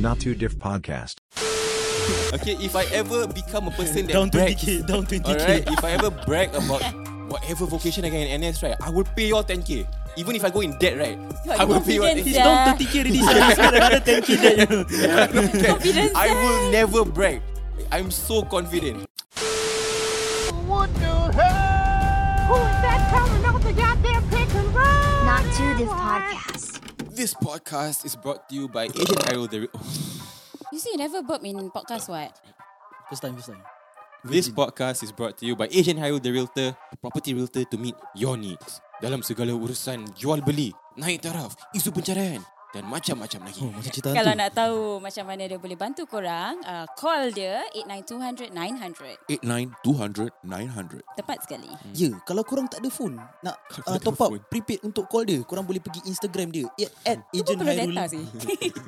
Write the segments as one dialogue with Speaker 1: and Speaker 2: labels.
Speaker 1: Not Too Diff Podcast.
Speaker 2: Okay, if I ever become a person that
Speaker 3: Down
Speaker 2: brag,
Speaker 3: 20k Down 20k
Speaker 2: alright, if I ever brag about whatever vocation I get in NS, right, I will pay you all 10k. Even if I go in debt, right,
Speaker 4: You're
Speaker 2: I will pay you all
Speaker 4: confident,
Speaker 3: He's
Speaker 2: 10k.
Speaker 4: sia.
Speaker 3: down 30k already Sekarang sekarang ada 10k debt you know.
Speaker 4: Confidence
Speaker 2: I will never brag. I'm so confident.
Speaker 5: Who is that coming out the goddamn pick and roll?
Speaker 6: Not to this podcast.
Speaker 2: This podcast is brought to you by Agent Cairo. The
Speaker 4: You see, you never burp in podcast, what?
Speaker 3: First time First time
Speaker 2: This podcast is brought to you by Asian Hairul The Realtor, a property realtor to meet your needs. Dalam segala urusan jual beli, naik taraf, isu pencarian dan macam-macam lagi.
Speaker 3: Oh macam cerita
Speaker 4: Kalau
Speaker 3: hantu
Speaker 4: nak tahu macam mana dia boleh bantu korang, uh, call dia 89200-900.
Speaker 7: 89-200-900
Speaker 4: Tepat sekali.
Speaker 7: Hmm.
Speaker 3: Ya Kalau korang tak ada phone Nak uh, top up Prepaid untuk call dia Korang boleh pergi Instagram dia At, at
Speaker 4: Kau
Speaker 3: Agent
Speaker 4: perlu
Speaker 3: Hairul Hmm.
Speaker 4: data sih.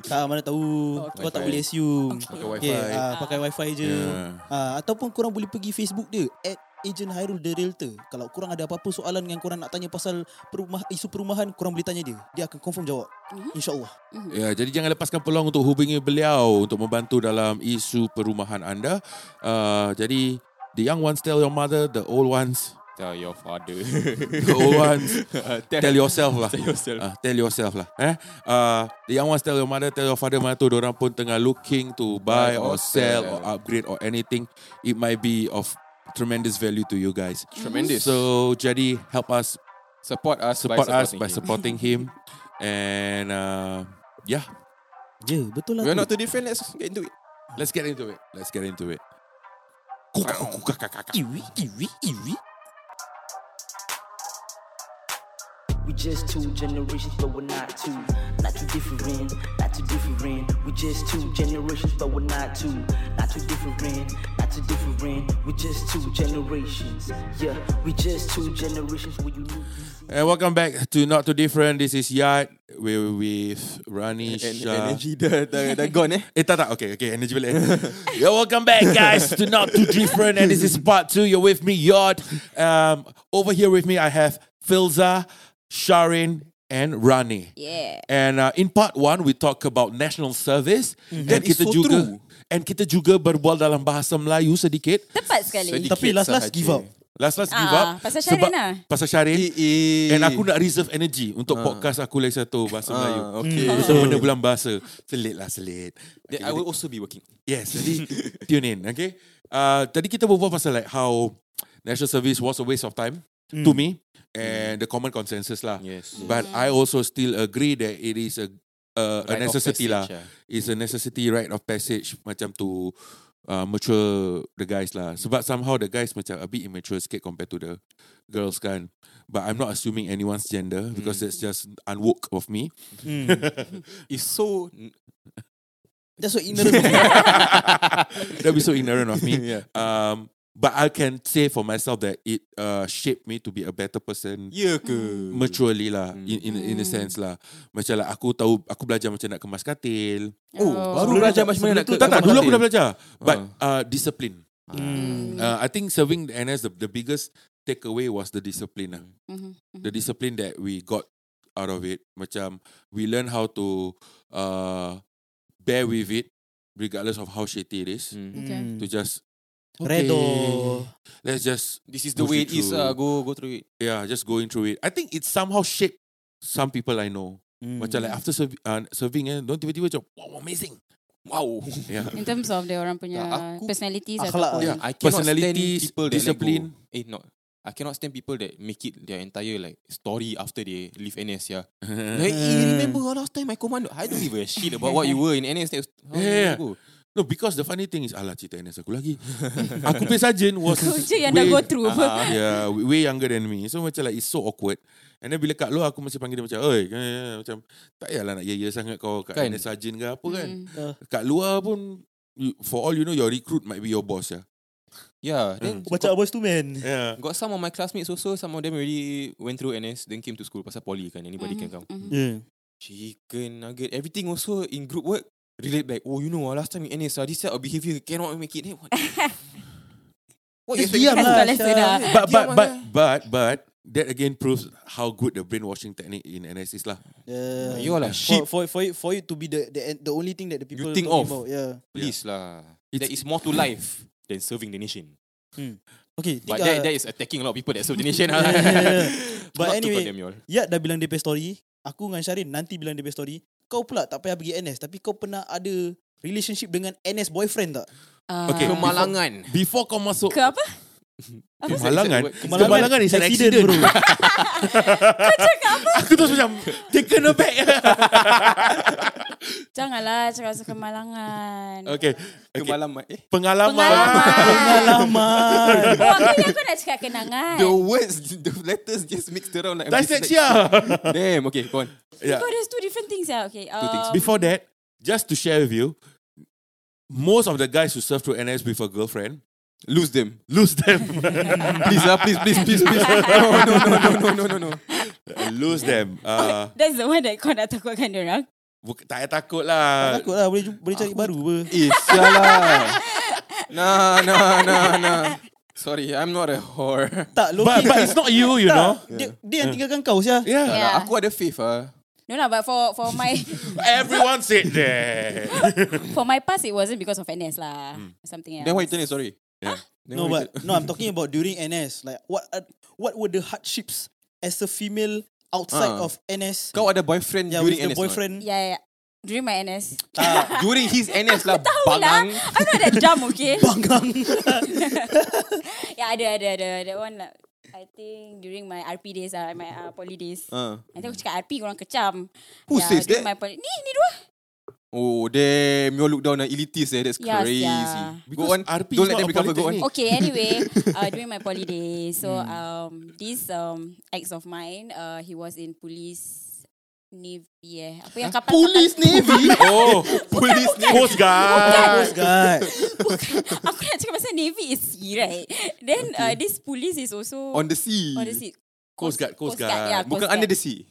Speaker 3: Tak Ah, mana tahu
Speaker 4: Oh, okay.
Speaker 3: Kau
Speaker 2: Wifi.
Speaker 3: tak boleh assume
Speaker 7: Pakai wifi
Speaker 3: Okay, uh, pakai wifi je
Speaker 7: Yeah.
Speaker 3: uh, Ataupun korang boleh pergi Facebook dia At Agent Hairul The Realtor Kalau korang ada apa-apa soalan Yang korang nak tanya pasal perumah, Isu perumahan Korang boleh tanya dia Dia akan confirm jawab
Speaker 4: Mhm.
Speaker 3: InsyaAllah
Speaker 7: Ya, jadi jangan lepaskan peluang untuk hubungi beliau untuk membantu dalam isu perumahan anda. Uh, jadi the young ones tell your mother, the old ones,
Speaker 2: Tell your father.
Speaker 7: the old ones tell yourself lah.
Speaker 2: Tell yourself.
Speaker 7: Ah, tell yourself lah. Eh, uh, the young ones tell your mother, tell your father mana tu orang pun tengah looking to buy or sell or upgrade or anything. It might be of tremendous value to you guys.
Speaker 2: Tremendous.
Speaker 7: So jadi help us
Speaker 2: support us
Speaker 7: support
Speaker 2: by
Speaker 7: us by
Speaker 2: supporting him.
Speaker 7: supporting him and uh, yeah
Speaker 3: Ya yeah, betul lah
Speaker 2: We're
Speaker 3: tu.
Speaker 2: not too different. Let's get into it.
Speaker 7: let's get into it let's get into it
Speaker 3: Iwi, iwi, iwi.
Speaker 8: We just two generations, but we're not two. Not too different, not too different. We just two generations, but we're not two. Not too different, not too different. We just two generations. Yeah, we just two generations. We unique.
Speaker 7: and welcome back to not too different this is Yad we're with Rani Shah
Speaker 2: dah, dah, dah gone eh.
Speaker 7: Eh tak tak Okay okay Energy balik Yo welcome back guys To Not Too Different And this is part 2 You're with me Yod um, Over here with me I have Filza Sharin And Rani
Speaker 4: Yeah.
Speaker 7: And uh, in part 1 We talk about National service Dan
Speaker 2: Mm-hmm. That is
Speaker 7: kita
Speaker 2: so
Speaker 7: juga
Speaker 2: true.
Speaker 7: And kita juga berbual dalam bahasa Melayu sedikit
Speaker 4: Tepat sekali.
Speaker 2: Sedih.
Speaker 3: Tapi last last
Speaker 2: sahaja.
Speaker 3: give up
Speaker 7: Last last give up
Speaker 4: Ah, pasal Sharin
Speaker 7: sebab-
Speaker 4: lah.
Speaker 7: Pasal Sharin
Speaker 2: Eh, eh.
Speaker 7: And aku nak reserve energy
Speaker 2: Ah.
Speaker 7: Untuk podcast aku lagi satu Bahasa Melayu Hmm.
Speaker 2: okay.
Speaker 7: Pasal benda bulan bahasa Selit lah selit
Speaker 2: That I will also be working.
Speaker 7: Yes, jadi tune in, okay? Uh, tadi kita berbual pasal like how national service was a waste of time to me and the common consensus lah.
Speaker 2: Yes.
Speaker 7: But I also still agree that it is a a,
Speaker 2: Rite
Speaker 7: a
Speaker 2: of
Speaker 7: necessity lah.
Speaker 2: passage, yeah.
Speaker 7: It's a necessity right of passage macam to uh, mature the guys lah. Sebab somehow the guys macam a bit immature sikit compared to the girls kan. But I'm not assuming anyone's gender because
Speaker 2: Hmm.
Speaker 7: that's just unwoke of me.
Speaker 2: It's so
Speaker 3: That's what ignorant of you.
Speaker 7: That'd be so ignorant of me.
Speaker 2: Yeah.
Speaker 7: Um, but I can say for myself that it uh, shaped me to be a better person.
Speaker 2: Ya ke?
Speaker 7: Maturely lah
Speaker 2: Hmm.
Speaker 7: in, in, in a sense lah Macam lah aku tahu Aku belajar macam nak kemas katil
Speaker 2: Oh, baru belajar macam mana nak
Speaker 7: Tak tak dulu aku dah belajar But
Speaker 2: Ah.
Speaker 7: uh, discipline
Speaker 2: Mm.
Speaker 7: uh, I think serving the NS the, the biggest takeaway was the discipline lah
Speaker 4: Mhm.
Speaker 7: the discipline that we got out of it macam we learn how to uh, bear with it regardless of how shitty it is
Speaker 2: Mm.
Speaker 4: Okay.
Speaker 3: Hmm.
Speaker 7: to
Speaker 3: Mm.
Speaker 7: just
Speaker 3: Redo
Speaker 7: let's just
Speaker 2: This is the
Speaker 7: Push
Speaker 2: way
Speaker 7: it
Speaker 2: it is
Speaker 7: through.
Speaker 2: lah. Go go through it.
Speaker 7: yeah just going through it I think it somehow shaped some people I know
Speaker 3: Hmm.
Speaker 7: macam like after serv- uh, serving eh don't tiba-tiba macam wow amazing
Speaker 2: Wow.
Speaker 7: yeah
Speaker 4: In terms of dia orang punya
Speaker 2: Tak, aku-
Speaker 4: personalities
Speaker 3: akhlak
Speaker 4: ataupun...
Speaker 3: dia.
Speaker 2: I cannot
Speaker 7: Personalities,
Speaker 2: stand people that
Speaker 7: discipline.
Speaker 2: Let go. Eh, no. I cannot stand people that make it their entire like story after they leave NS. Yeah. like, eh,
Speaker 7: Hmm.
Speaker 2: remember last time I commando? I don't give a shit about what you were in NS. That was, how long
Speaker 7: Yeah.
Speaker 2: ago?
Speaker 7: no because the funny thing is alah cerita NS aku lagi aku punya sergeant was
Speaker 4: Kau je yang dah
Speaker 7: way-
Speaker 4: go through apa.
Speaker 7: yeah, way way younger than me. So macam like it's so awkward. And then bila kat luar aku masih panggil dia macam, "Oi, kan, ya, macam tak payahlah nak ya-ya sangat kau kat kan?
Speaker 2: Kan?
Speaker 7: sajin ke apa kan."
Speaker 4: Mm.
Speaker 3: Ah.
Speaker 7: Kat luar pun you, for all you know your recruit might be your boss ya.
Speaker 2: Yeah. Then
Speaker 7: Hmm.
Speaker 3: Macam Abas tu man
Speaker 7: Yeah.
Speaker 2: got some of my classmates also. Some of them already went through NS, then came to school. Pasal poly kan. Anybody
Speaker 4: Mhm,
Speaker 2: can
Speaker 7: Hmm.
Speaker 2: come.
Speaker 4: mhm.
Speaker 3: Yeah
Speaker 2: Chicken nugget. Everything also in group work. Relate back. Oh, you know, ah, last time in NS, ah, this type of behavior cannot make it. Eh, what? what you expect me
Speaker 3: Diam
Speaker 2: to
Speaker 3: lah
Speaker 4: Kalau sudah.
Speaker 7: But but
Speaker 2: Dia
Speaker 7: but
Speaker 2: mana-
Speaker 7: but but that again proves how good the brainwashing technique in NS is lah.
Speaker 3: Yeah.
Speaker 2: Uh, You all are
Speaker 3: for,
Speaker 2: sheep.
Speaker 3: for for it for it to be the the en- the only thing that the people
Speaker 2: think
Speaker 3: talking
Speaker 2: of.
Speaker 3: About. Yeah.
Speaker 2: Please lah.
Speaker 7: It's-
Speaker 2: There is more to life than serving the nation.
Speaker 3: Okay.
Speaker 2: But
Speaker 3: think,
Speaker 2: that,
Speaker 3: uh,
Speaker 2: that is attacking a lot of people that serve the nation.
Speaker 3: yeah, yeah, yeah, yeah. But
Speaker 2: Not to
Speaker 3: anyway,
Speaker 2: condemn you all.
Speaker 3: Ya dah bilang DP story Aku dengan Syarin nanti bilang DP story Kau pula tak payah pergi NS Tapi kau pernah ada Relationship dengan NS boyfriend tak?
Speaker 4: Ah.
Speaker 7: Okay,
Speaker 2: Kemalangan.
Speaker 7: Before kau masuk
Speaker 4: Ke apa?
Speaker 7: kemalangan,
Speaker 2: Kemalangan.
Speaker 7: kemalangan is an accident.
Speaker 3: bro
Speaker 7: Aku terus macam taken aback.
Speaker 4: Janganlah cakap pasal kemalangan.
Speaker 7: okay. okay.
Speaker 2: Kemalangan. Eh?
Speaker 7: Pengalaman.
Speaker 4: Pengalaman.
Speaker 3: Pengalaman
Speaker 4: Oh, aku ni aku nak cakap kenangan.
Speaker 2: The words, the letters just mixed around like
Speaker 7: Dyslexia.
Speaker 2: Damn, okay, go on.
Speaker 7: yeah.
Speaker 4: Oh, there's two different things. Yeah. Okay. Um,
Speaker 2: Two things.
Speaker 7: Before that, just to share with you, most of the guys who serve through NS with a girlfriend
Speaker 2: Lose them.
Speaker 7: lose them.
Speaker 2: Please lah, please, please, please, please. No, no, no, no, no, no, no, no.
Speaker 7: lose them. Uh,
Speaker 4: That's the one that kau nak takutkan orang.
Speaker 7: buk- tak payah takut lah.
Speaker 3: Takut lah boleh, jumpa- boleh cari baru apa
Speaker 2: Eh, sialah. Nah, nah, nah, nah. Sorry, I'm not a whore.
Speaker 3: Tak low
Speaker 7: But, but it's not you, you know.
Speaker 3: dia, dia yang tinggalkan kau Syah
Speaker 4: Yeah.
Speaker 7: Yeah.
Speaker 2: Alah, Lah, aku ada faith ah.
Speaker 4: No lah, but for for my
Speaker 7: Everyone said that.
Speaker 4: for my past, it wasn't because of NS lah. Something
Speaker 2: Hmm.
Speaker 4: else.
Speaker 2: Then why you tell me sorry?
Speaker 7: Yeah.
Speaker 2: Then
Speaker 3: No
Speaker 2: why you
Speaker 3: but No I'm talking about during NS Like what are- What were the hardships As a female Outside
Speaker 2: Ah.
Speaker 3: of NS
Speaker 2: tell- Kau ada boyfriend
Speaker 3: yeah,
Speaker 2: during NS
Speaker 3: with the boyfriend
Speaker 4: Yeah, yeah. During my NS.
Speaker 2: Not? Ah, During his NS lah,
Speaker 4: Tahu lah.
Speaker 2: bangang.
Speaker 4: I'm not that dumb, okay?
Speaker 3: Panggang
Speaker 4: yeah, ada, ada, ada. That one lah. I think during my RP days lah, my uh, poly days.
Speaker 2: Ah.
Speaker 4: Nanti aku cakap RP, korang kecam.
Speaker 2: Who says
Speaker 4: during
Speaker 2: that?
Speaker 4: My poly. Ni, ni dua.
Speaker 2: Oh damn, you all look down on elitists eh. That's
Speaker 4: Yeah,
Speaker 2: crazy.
Speaker 4: sia.
Speaker 2: Go on,
Speaker 7: RP is
Speaker 2: don't let
Speaker 7: not
Speaker 2: them
Speaker 7: a
Speaker 2: recover. Go on.
Speaker 7: polytechnic.
Speaker 4: Okay, anyway, uh, during my poly days, so um, this um, ex of mine, uh, he was in police navy eh. Apa yang kapal? Police
Speaker 7: Navy? oh, police Navy. Coast Guard.
Speaker 3: Coast Guard
Speaker 4: Aku nak cakap pasal navy is sea, right? Then uh, this police is also
Speaker 2: On the sea.
Speaker 4: Oh. on the sea.
Speaker 7: Coast Guard, Coast Guard.
Speaker 4: yeah,
Speaker 2: Bukan
Speaker 4: Coast
Speaker 2: under
Speaker 4: Guard.
Speaker 2: the sea.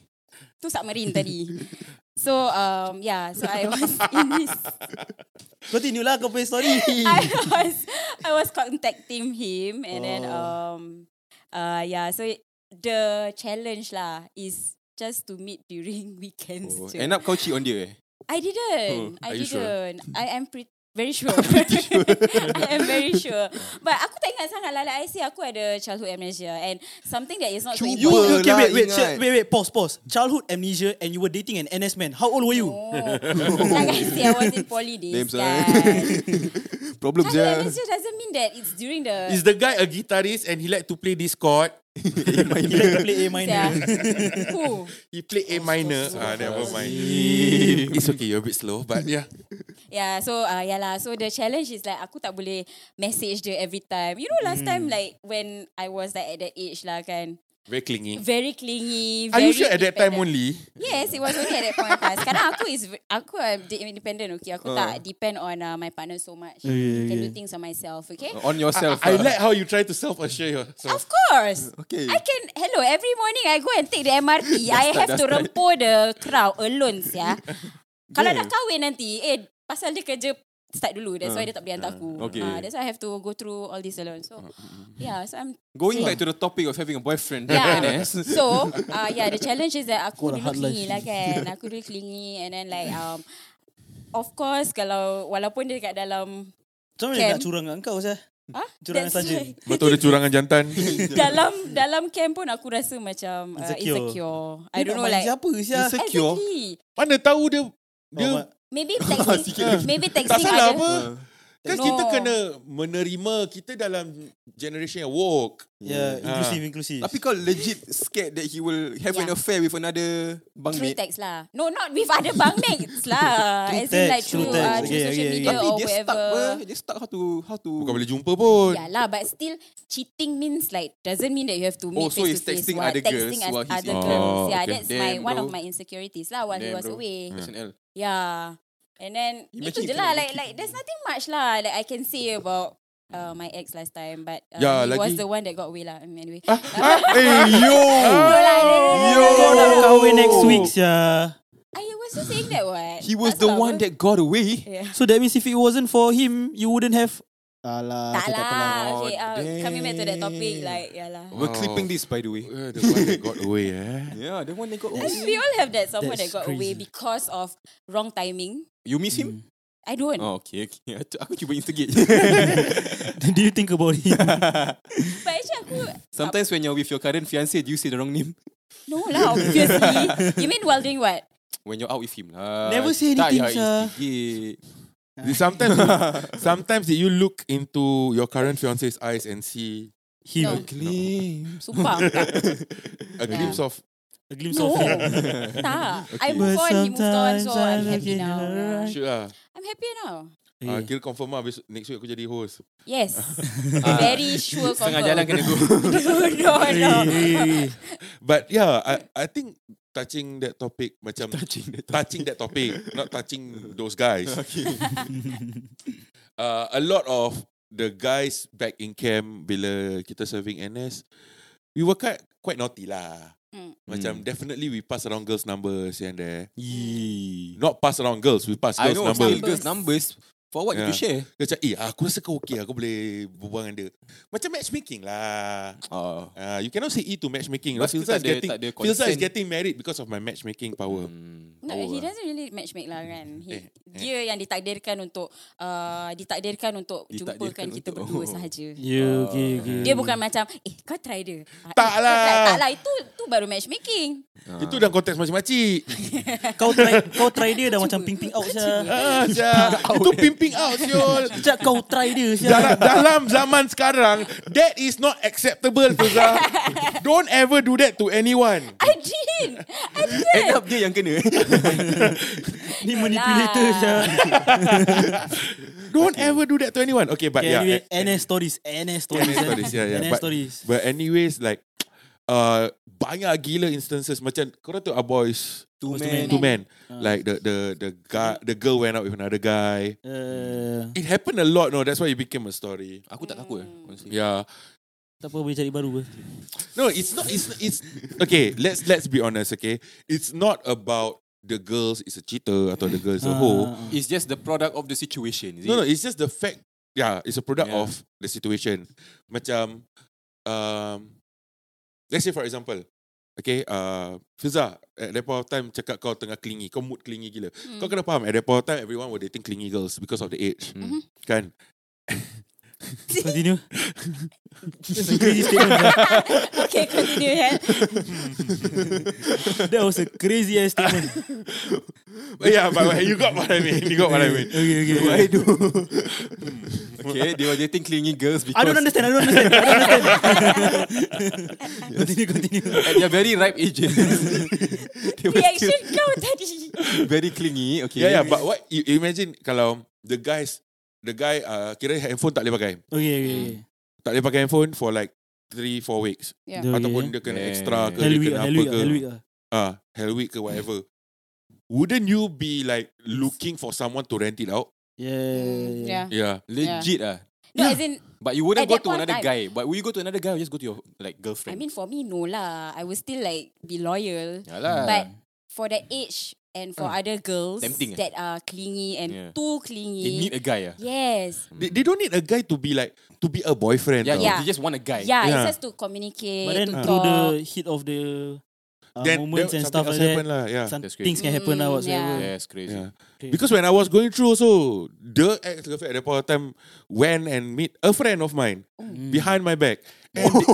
Speaker 4: tu submarine tadi. So um yeah, so I was in this
Speaker 3: Continue lah kau punya story
Speaker 4: I was I was contacting him and then um uh yeah, so the challenge lah is just to meet during weekends.
Speaker 2: Oh.
Speaker 4: je.
Speaker 2: End up kau cheat on dia eh.
Speaker 4: I didn't.
Speaker 7: Oh,
Speaker 4: I
Speaker 7: are you sure?
Speaker 4: didn't. I am pretty Very sure. I am very sure. But aku tak ingat sangat lah. Like I say, aku ada childhood amnesia. And something that is not so
Speaker 2: Cuba
Speaker 3: You
Speaker 2: Apa
Speaker 4: important.
Speaker 3: okay,
Speaker 2: lah
Speaker 3: wait, wait,
Speaker 2: ingat?
Speaker 3: shit, wait, wait, pause, pause. Childhood amnesia and you were dating an NS man. How old were you?
Speaker 4: Oh. like I say, I was in poly days.
Speaker 2: Damn,
Speaker 7: uh,
Speaker 2: son.
Speaker 4: kan.
Speaker 2: Problem je.
Speaker 4: Childhood amnesia doesn't mean that it's during the...
Speaker 7: Is the guy a guitarist and he like to play this chord?
Speaker 3: He like to play A
Speaker 4: Yeah.
Speaker 3: minor.
Speaker 4: Who?
Speaker 7: He play A minor. Ah, never mind. It's okay, you're a bit slow, but yeah.
Speaker 4: Yeah, so uh, yeah lah. So the challenge is like aku tak boleh message dia every time. You know last
Speaker 7: Hmm.
Speaker 4: time like when I was like at that age lah kan.
Speaker 7: Very clingy.
Speaker 4: Very clingy.
Speaker 7: Are you
Speaker 4: very
Speaker 7: sure at that time
Speaker 4: independent.
Speaker 7: only?
Speaker 4: Yes, it was only at that point of time. Sekarang aku is aku am de- independent okay. Aku tak depend on uh, my partner so much. Can do things on myself, okay?
Speaker 2: On yourself.
Speaker 7: I
Speaker 2: lah.
Speaker 7: like how you try to self-assure yourself.
Speaker 4: Of course.
Speaker 2: Okay.
Speaker 4: I can hello every morning I go and take the MRT. I
Speaker 2: start,
Speaker 4: have
Speaker 2: dah
Speaker 4: to
Speaker 2: start.
Speaker 4: rempo the crowd alone ya. Kalau nak kahwin nanti eh pasal dia kerja start dulu. That's why dia tak boleh hantar aku.
Speaker 2: Okay.
Speaker 4: Ah, that's why I have to go through all this alone. So yeah, so I'm
Speaker 2: Going back to the topic of having a boyfriend. Eh.
Speaker 4: Yeah.
Speaker 2: NS.
Speaker 4: So uh, yeah, the challenge is that aku
Speaker 3: What a
Speaker 4: dulu
Speaker 3: hard
Speaker 4: clingy
Speaker 3: life.
Speaker 4: lah kan. Aku dulu clingy and then like um, of course kalau walaupun dia dekat dalam
Speaker 3: Macam mana dia nak
Speaker 4: Can.
Speaker 3: curang dengan kau, Syah?
Speaker 4: ah
Speaker 3: Curangan
Speaker 4: that's
Speaker 3: saja.
Speaker 4: why.
Speaker 7: Betul dia curangan jantan.
Speaker 4: dalam dalam camp pun aku rasa macam uh,
Speaker 3: Insecure.
Speaker 4: insecure. I
Speaker 3: Dia
Speaker 4: don't
Speaker 3: nak
Speaker 4: know
Speaker 3: main
Speaker 4: like
Speaker 3: Siapa, Syah?
Speaker 2: Insecure.
Speaker 4: Exactly.
Speaker 7: Mana tahu dia dia
Speaker 3: Oh,
Speaker 4: Maybe texting uh, maybe
Speaker 7: tak
Speaker 4: texting ada.
Speaker 7: salah apa.
Speaker 2: Uh,
Speaker 7: Kan
Speaker 4: No.
Speaker 7: kita kena menerima kita dalam generation yang woke.
Speaker 3: yeah, ya, inclusive, inclusive.
Speaker 2: Tapi kau legit scared that he will have an
Speaker 4: Yeah.
Speaker 2: affair with another
Speaker 4: Through
Speaker 2: bunkmate.
Speaker 4: text lah. No, not with other bunkmates lah.
Speaker 3: Through
Speaker 4: As in like
Speaker 3: text,
Speaker 4: through, uh,
Speaker 3: through text.
Speaker 4: through
Speaker 3: Okay,
Speaker 4: social
Speaker 3: okay, okay.
Speaker 4: media
Speaker 2: Tapi
Speaker 4: or
Speaker 2: dia stuck
Speaker 4: whatever.
Speaker 2: apa? Dia stuck how to how to
Speaker 7: Bukan boleh jumpa pun.
Speaker 4: Yeah lah, but still cheating means like doesn't mean that you have to meet
Speaker 2: Oh, so he's
Speaker 4: face to face.
Speaker 2: texting
Speaker 4: what,
Speaker 2: other
Speaker 4: texting
Speaker 2: girls
Speaker 4: as
Speaker 2: while he's
Speaker 4: other
Speaker 2: in
Speaker 4: girls.
Speaker 7: jail. Oh,
Speaker 4: yeah,
Speaker 7: okay.
Speaker 4: that's my
Speaker 2: Damn,
Speaker 4: one of
Speaker 2: bro.
Speaker 4: my insecurities lah while he
Speaker 2: Damn,
Speaker 4: was
Speaker 2: bro.
Speaker 4: away.
Speaker 2: That's an L.
Speaker 4: Yeah. And then
Speaker 2: Imagine if
Speaker 4: itu je lah
Speaker 2: you-
Speaker 4: like like there's nothing much lah like I can say about uh, my ex last time but uh,
Speaker 7: Yeah,
Speaker 4: he was
Speaker 7: lagi-
Speaker 4: the one that got away lah I mean, anyway.
Speaker 7: Ah, eh, yo!
Speaker 4: No lah, no, no, no, no,
Speaker 3: Kau
Speaker 4: no,
Speaker 3: nak
Speaker 4: no.
Speaker 3: kahwin next week, Syah.
Speaker 4: I was just saying that what.
Speaker 2: Oh. He was
Speaker 4: Tak
Speaker 2: the
Speaker 4: salah
Speaker 2: one
Speaker 4: apa.
Speaker 2: that got away.
Speaker 4: Yeah.
Speaker 3: So that means if it wasn't for him, you wouldn't have Alah,
Speaker 4: tak
Speaker 3: okay, tak apalah.
Speaker 4: lah.
Speaker 7: Oh,
Speaker 4: Okay, uh, coming back to that topic,
Speaker 7: damn.
Speaker 4: like, yeah lah.
Speaker 2: We're
Speaker 7: Wow.
Speaker 2: clipping this, by Oh, the way.
Speaker 7: Uh, the one that got away, eh?
Speaker 2: Yeah, the one that got
Speaker 4: And
Speaker 2: away.
Speaker 4: we all have that someone
Speaker 3: That's
Speaker 4: that got away
Speaker 3: crazy.
Speaker 4: because of wrong timing.
Speaker 2: You miss
Speaker 7: Hmm.
Speaker 2: him?
Speaker 4: I don't.
Speaker 2: Oh, okay, okay. Aku- Aku cuba instigate.
Speaker 3: Do you think about it?
Speaker 4: But actually aku
Speaker 2: Sometimes when you're with your current fiancé, do you say the wrong name?
Speaker 4: No lah obviously You mean while doing what?
Speaker 2: When you're out with him lah.
Speaker 3: Never ah. say
Speaker 2: Tak
Speaker 3: anything,
Speaker 2: payah
Speaker 3: sir.
Speaker 2: instigate.
Speaker 7: Sometimes, sometimes you look into your current fiance's eyes and see
Speaker 3: Him.
Speaker 4: No.
Speaker 2: Claim.
Speaker 4: Sumpah tak. Yeah.
Speaker 7: a glimpse of
Speaker 3: A glimpse
Speaker 4: No
Speaker 3: of him.
Speaker 4: Tak I move on He moved on So I'm
Speaker 3: sometimes I
Speaker 4: happy
Speaker 3: look
Speaker 4: now
Speaker 3: at her
Speaker 4: Yeah.
Speaker 7: shit lah.
Speaker 4: I'm happy now
Speaker 7: Ah,
Speaker 3: Eh,
Speaker 7: kira confirm lah besok, next week aku jadi host.
Speaker 4: Yes Very sure
Speaker 2: Tengah
Speaker 4: confirm.
Speaker 2: jalan kena go.
Speaker 4: No
Speaker 3: Eh,
Speaker 4: no
Speaker 7: But yeah, I, I think touching that topic macam
Speaker 2: Touching the top.
Speaker 7: touching that topic, not touching those guys. uh, a lot of the guys back in camp bila kita serving NS, we were quite quite naughty lah.
Speaker 4: Mm.
Speaker 7: Macam
Speaker 2: Mm.
Speaker 7: definitely we pass around girls' numbers here and there. Not pass around girls, we pass
Speaker 2: I
Speaker 7: girls'
Speaker 2: know still
Speaker 7: numbers.
Speaker 4: number.
Speaker 2: girls numbers. For what did you
Speaker 7: Yeah.
Speaker 2: share?
Speaker 7: Dia Macam, eh aku rasa kau okay, aku boleh berbual dengan dia. Macam matchmaking lah.
Speaker 2: Ah.
Speaker 7: Uh, you cannot say E to matchmaking.
Speaker 2: But
Speaker 7: But
Speaker 2: tak
Speaker 7: Filza is,
Speaker 2: ada-
Speaker 7: getting,
Speaker 2: tak ada
Speaker 7: Filza is
Speaker 2: consent. Hmm.
Speaker 7: getting married because of my matchmaking power.
Speaker 4: No, he doesn't really matchmake lah kan. He,
Speaker 7: Eh, eh.
Speaker 4: Dia yang ditakdirkan untuk uh, ditakdirkan untuk
Speaker 2: Ditakdirkan
Speaker 4: jumpakan kita
Speaker 2: untuk-
Speaker 4: berdua sahaja.
Speaker 3: Yeah, okay, okay.
Speaker 4: Dia bukan macam Eh kau try dia Ah, eh,
Speaker 7: Tak
Speaker 4: kau
Speaker 7: lah.
Speaker 4: try. Tak lah Itu tu baru matchmaking
Speaker 2: Ah.
Speaker 7: Itu dalam konteks macam-macam.
Speaker 3: Kau try kau try dia dah macam ping-ping out sia.
Speaker 7: ah, Syah. Itu pimping out, Syul.
Speaker 3: Sejak kau try dia sia.
Speaker 7: dalam, dalam zaman sekarang, that is not acceptable, Filza. Don't ever do that to anyone.
Speaker 4: I did I did
Speaker 2: End up dia yang kena.
Speaker 3: Ni manipulator sia.
Speaker 7: Don't ever do that to anyone. Okay, but
Speaker 3: Okay,
Speaker 7: yeah.
Speaker 3: anyway, NS stories, NS stories.
Speaker 7: NS stories, yeah, yeah.
Speaker 3: NS
Speaker 7: But-
Speaker 3: stories.
Speaker 7: But anyways, like, uh, banyak gila instances macam korang tu are boys
Speaker 2: Two men.
Speaker 3: Two men. Ah.
Speaker 7: two men like the the the guy the girl went out with another guy
Speaker 3: Uh,
Speaker 7: it happened a lot no that's why it became a story
Speaker 2: Aku tak takut. eh,
Speaker 4: Hmm.
Speaker 2: honestly.
Speaker 7: yeah
Speaker 3: tak apa boleh cari baru ke?
Speaker 7: No, it's not. It's it's okay. Let's let's be honest. Okay, it's not about the girls is a cheater atau the girls a hoe.
Speaker 2: It's just the product of the situation. Is it?
Speaker 7: No, no. It's just the fact. Yeah, it's a product
Speaker 2: Yeah.
Speaker 7: of the situation. Macam, um, let's say for example, okay, uh, Fiza at that point of time cakap kau tengah clingy, kau mood clingy gila. Kau kena faham at that point of time everyone were dating clingy girls because of the age,
Speaker 2: Mhm.
Speaker 7: kan?
Speaker 3: Continue. That's a crazy statement. sia.
Speaker 4: Okay continue kan
Speaker 3: That was a crazy ass statement.
Speaker 7: But yeah, but but you got what I mean. You got what I mean.
Speaker 3: Okay, okay. okay.
Speaker 7: I do.
Speaker 2: Okay, they were dating clingy girls because
Speaker 3: I don't understand. I don't understand. I don't understand. continue, continue.
Speaker 2: at their very ripe ages. they were still
Speaker 4: Reaction kau tadi
Speaker 2: very clingy. Okay.
Speaker 7: Yeah, yeah. Ya, But what you you imagine kalau the guys, the guy uh, kira handphone tak boleh pakai,
Speaker 3: Okay, okay. okay.
Speaker 7: tak boleh pakai handphone for like three four weeks.
Speaker 4: Yeah.
Speaker 3: Okay.
Speaker 7: Ataupun dia kena
Speaker 2: Yeah.
Speaker 7: extra ke,
Speaker 3: Oh, Hell
Speaker 7: dia
Speaker 3: week,
Speaker 7: kena
Speaker 3: ah, hell
Speaker 7: apa
Speaker 3: week,
Speaker 7: ke,
Speaker 3: ah, hell week. ah.
Speaker 7: ah, hell week ke whatever. Wouldn't you be like looking for someone to rent it out?
Speaker 3: Eh. Yeah.
Speaker 4: Yeah
Speaker 7: Yeah.
Speaker 2: legit ah.
Speaker 4: No as in
Speaker 2: But you wouldn't
Speaker 4: At
Speaker 2: go
Speaker 4: that
Speaker 2: to
Speaker 4: point of
Speaker 2: another
Speaker 4: time.
Speaker 2: guy. But will you go to another guy or just go to your like
Speaker 4: I
Speaker 2: girlfriend?
Speaker 4: mean for me no lah I will still like Be loyal
Speaker 3: Ah.
Speaker 2: Yalah.
Speaker 4: But for that age And for other girls
Speaker 2: Tempting, eh?
Speaker 4: That are clingy And
Speaker 2: Yeah.
Speaker 4: too
Speaker 2: they need
Speaker 4: clingy
Speaker 2: a guy. ah.
Speaker 4: Yes
Speaker 7: They, they don't need a guy to be like to be a boyfriend.
Speaker 2: Yeah,
Speaker 7: tau.
Speaker 4: Yeah.
Speaker 2: they just want a guy.
Speaker 4: Yeah,
Speaker 7: Yeah.
Speaker 4: it's just to communicate
Speaker 3: But then
Speaker 4: To
Speaker 3: through the
Speaker 4: talk
Speaker 3: heat of the uh,
Speaker 7: Then,
Speaker 3: moments
Speaker 7: then
Speaker 3: and stuff
Speaker 7: something
Speaker 3: like
Speaker 7: else happen
Speaker 3: that,
Speaker 7: lah. Yeah.
Speaker 3: some
Speaker 2: That's crazy.
Speaker 3: things can happen lah
Speaker 4: Mm,
Speaker 3: whatsoever.
Speaker 4: yeah.
Speaker 2: Yes, crazy.
Speaker 7: Yeah.
Speaker 3: Okay.
Speaker 7: Because when I was going through also, the ex-girlfriend at that point of time went and meet a friend of mine behind my back. And, they,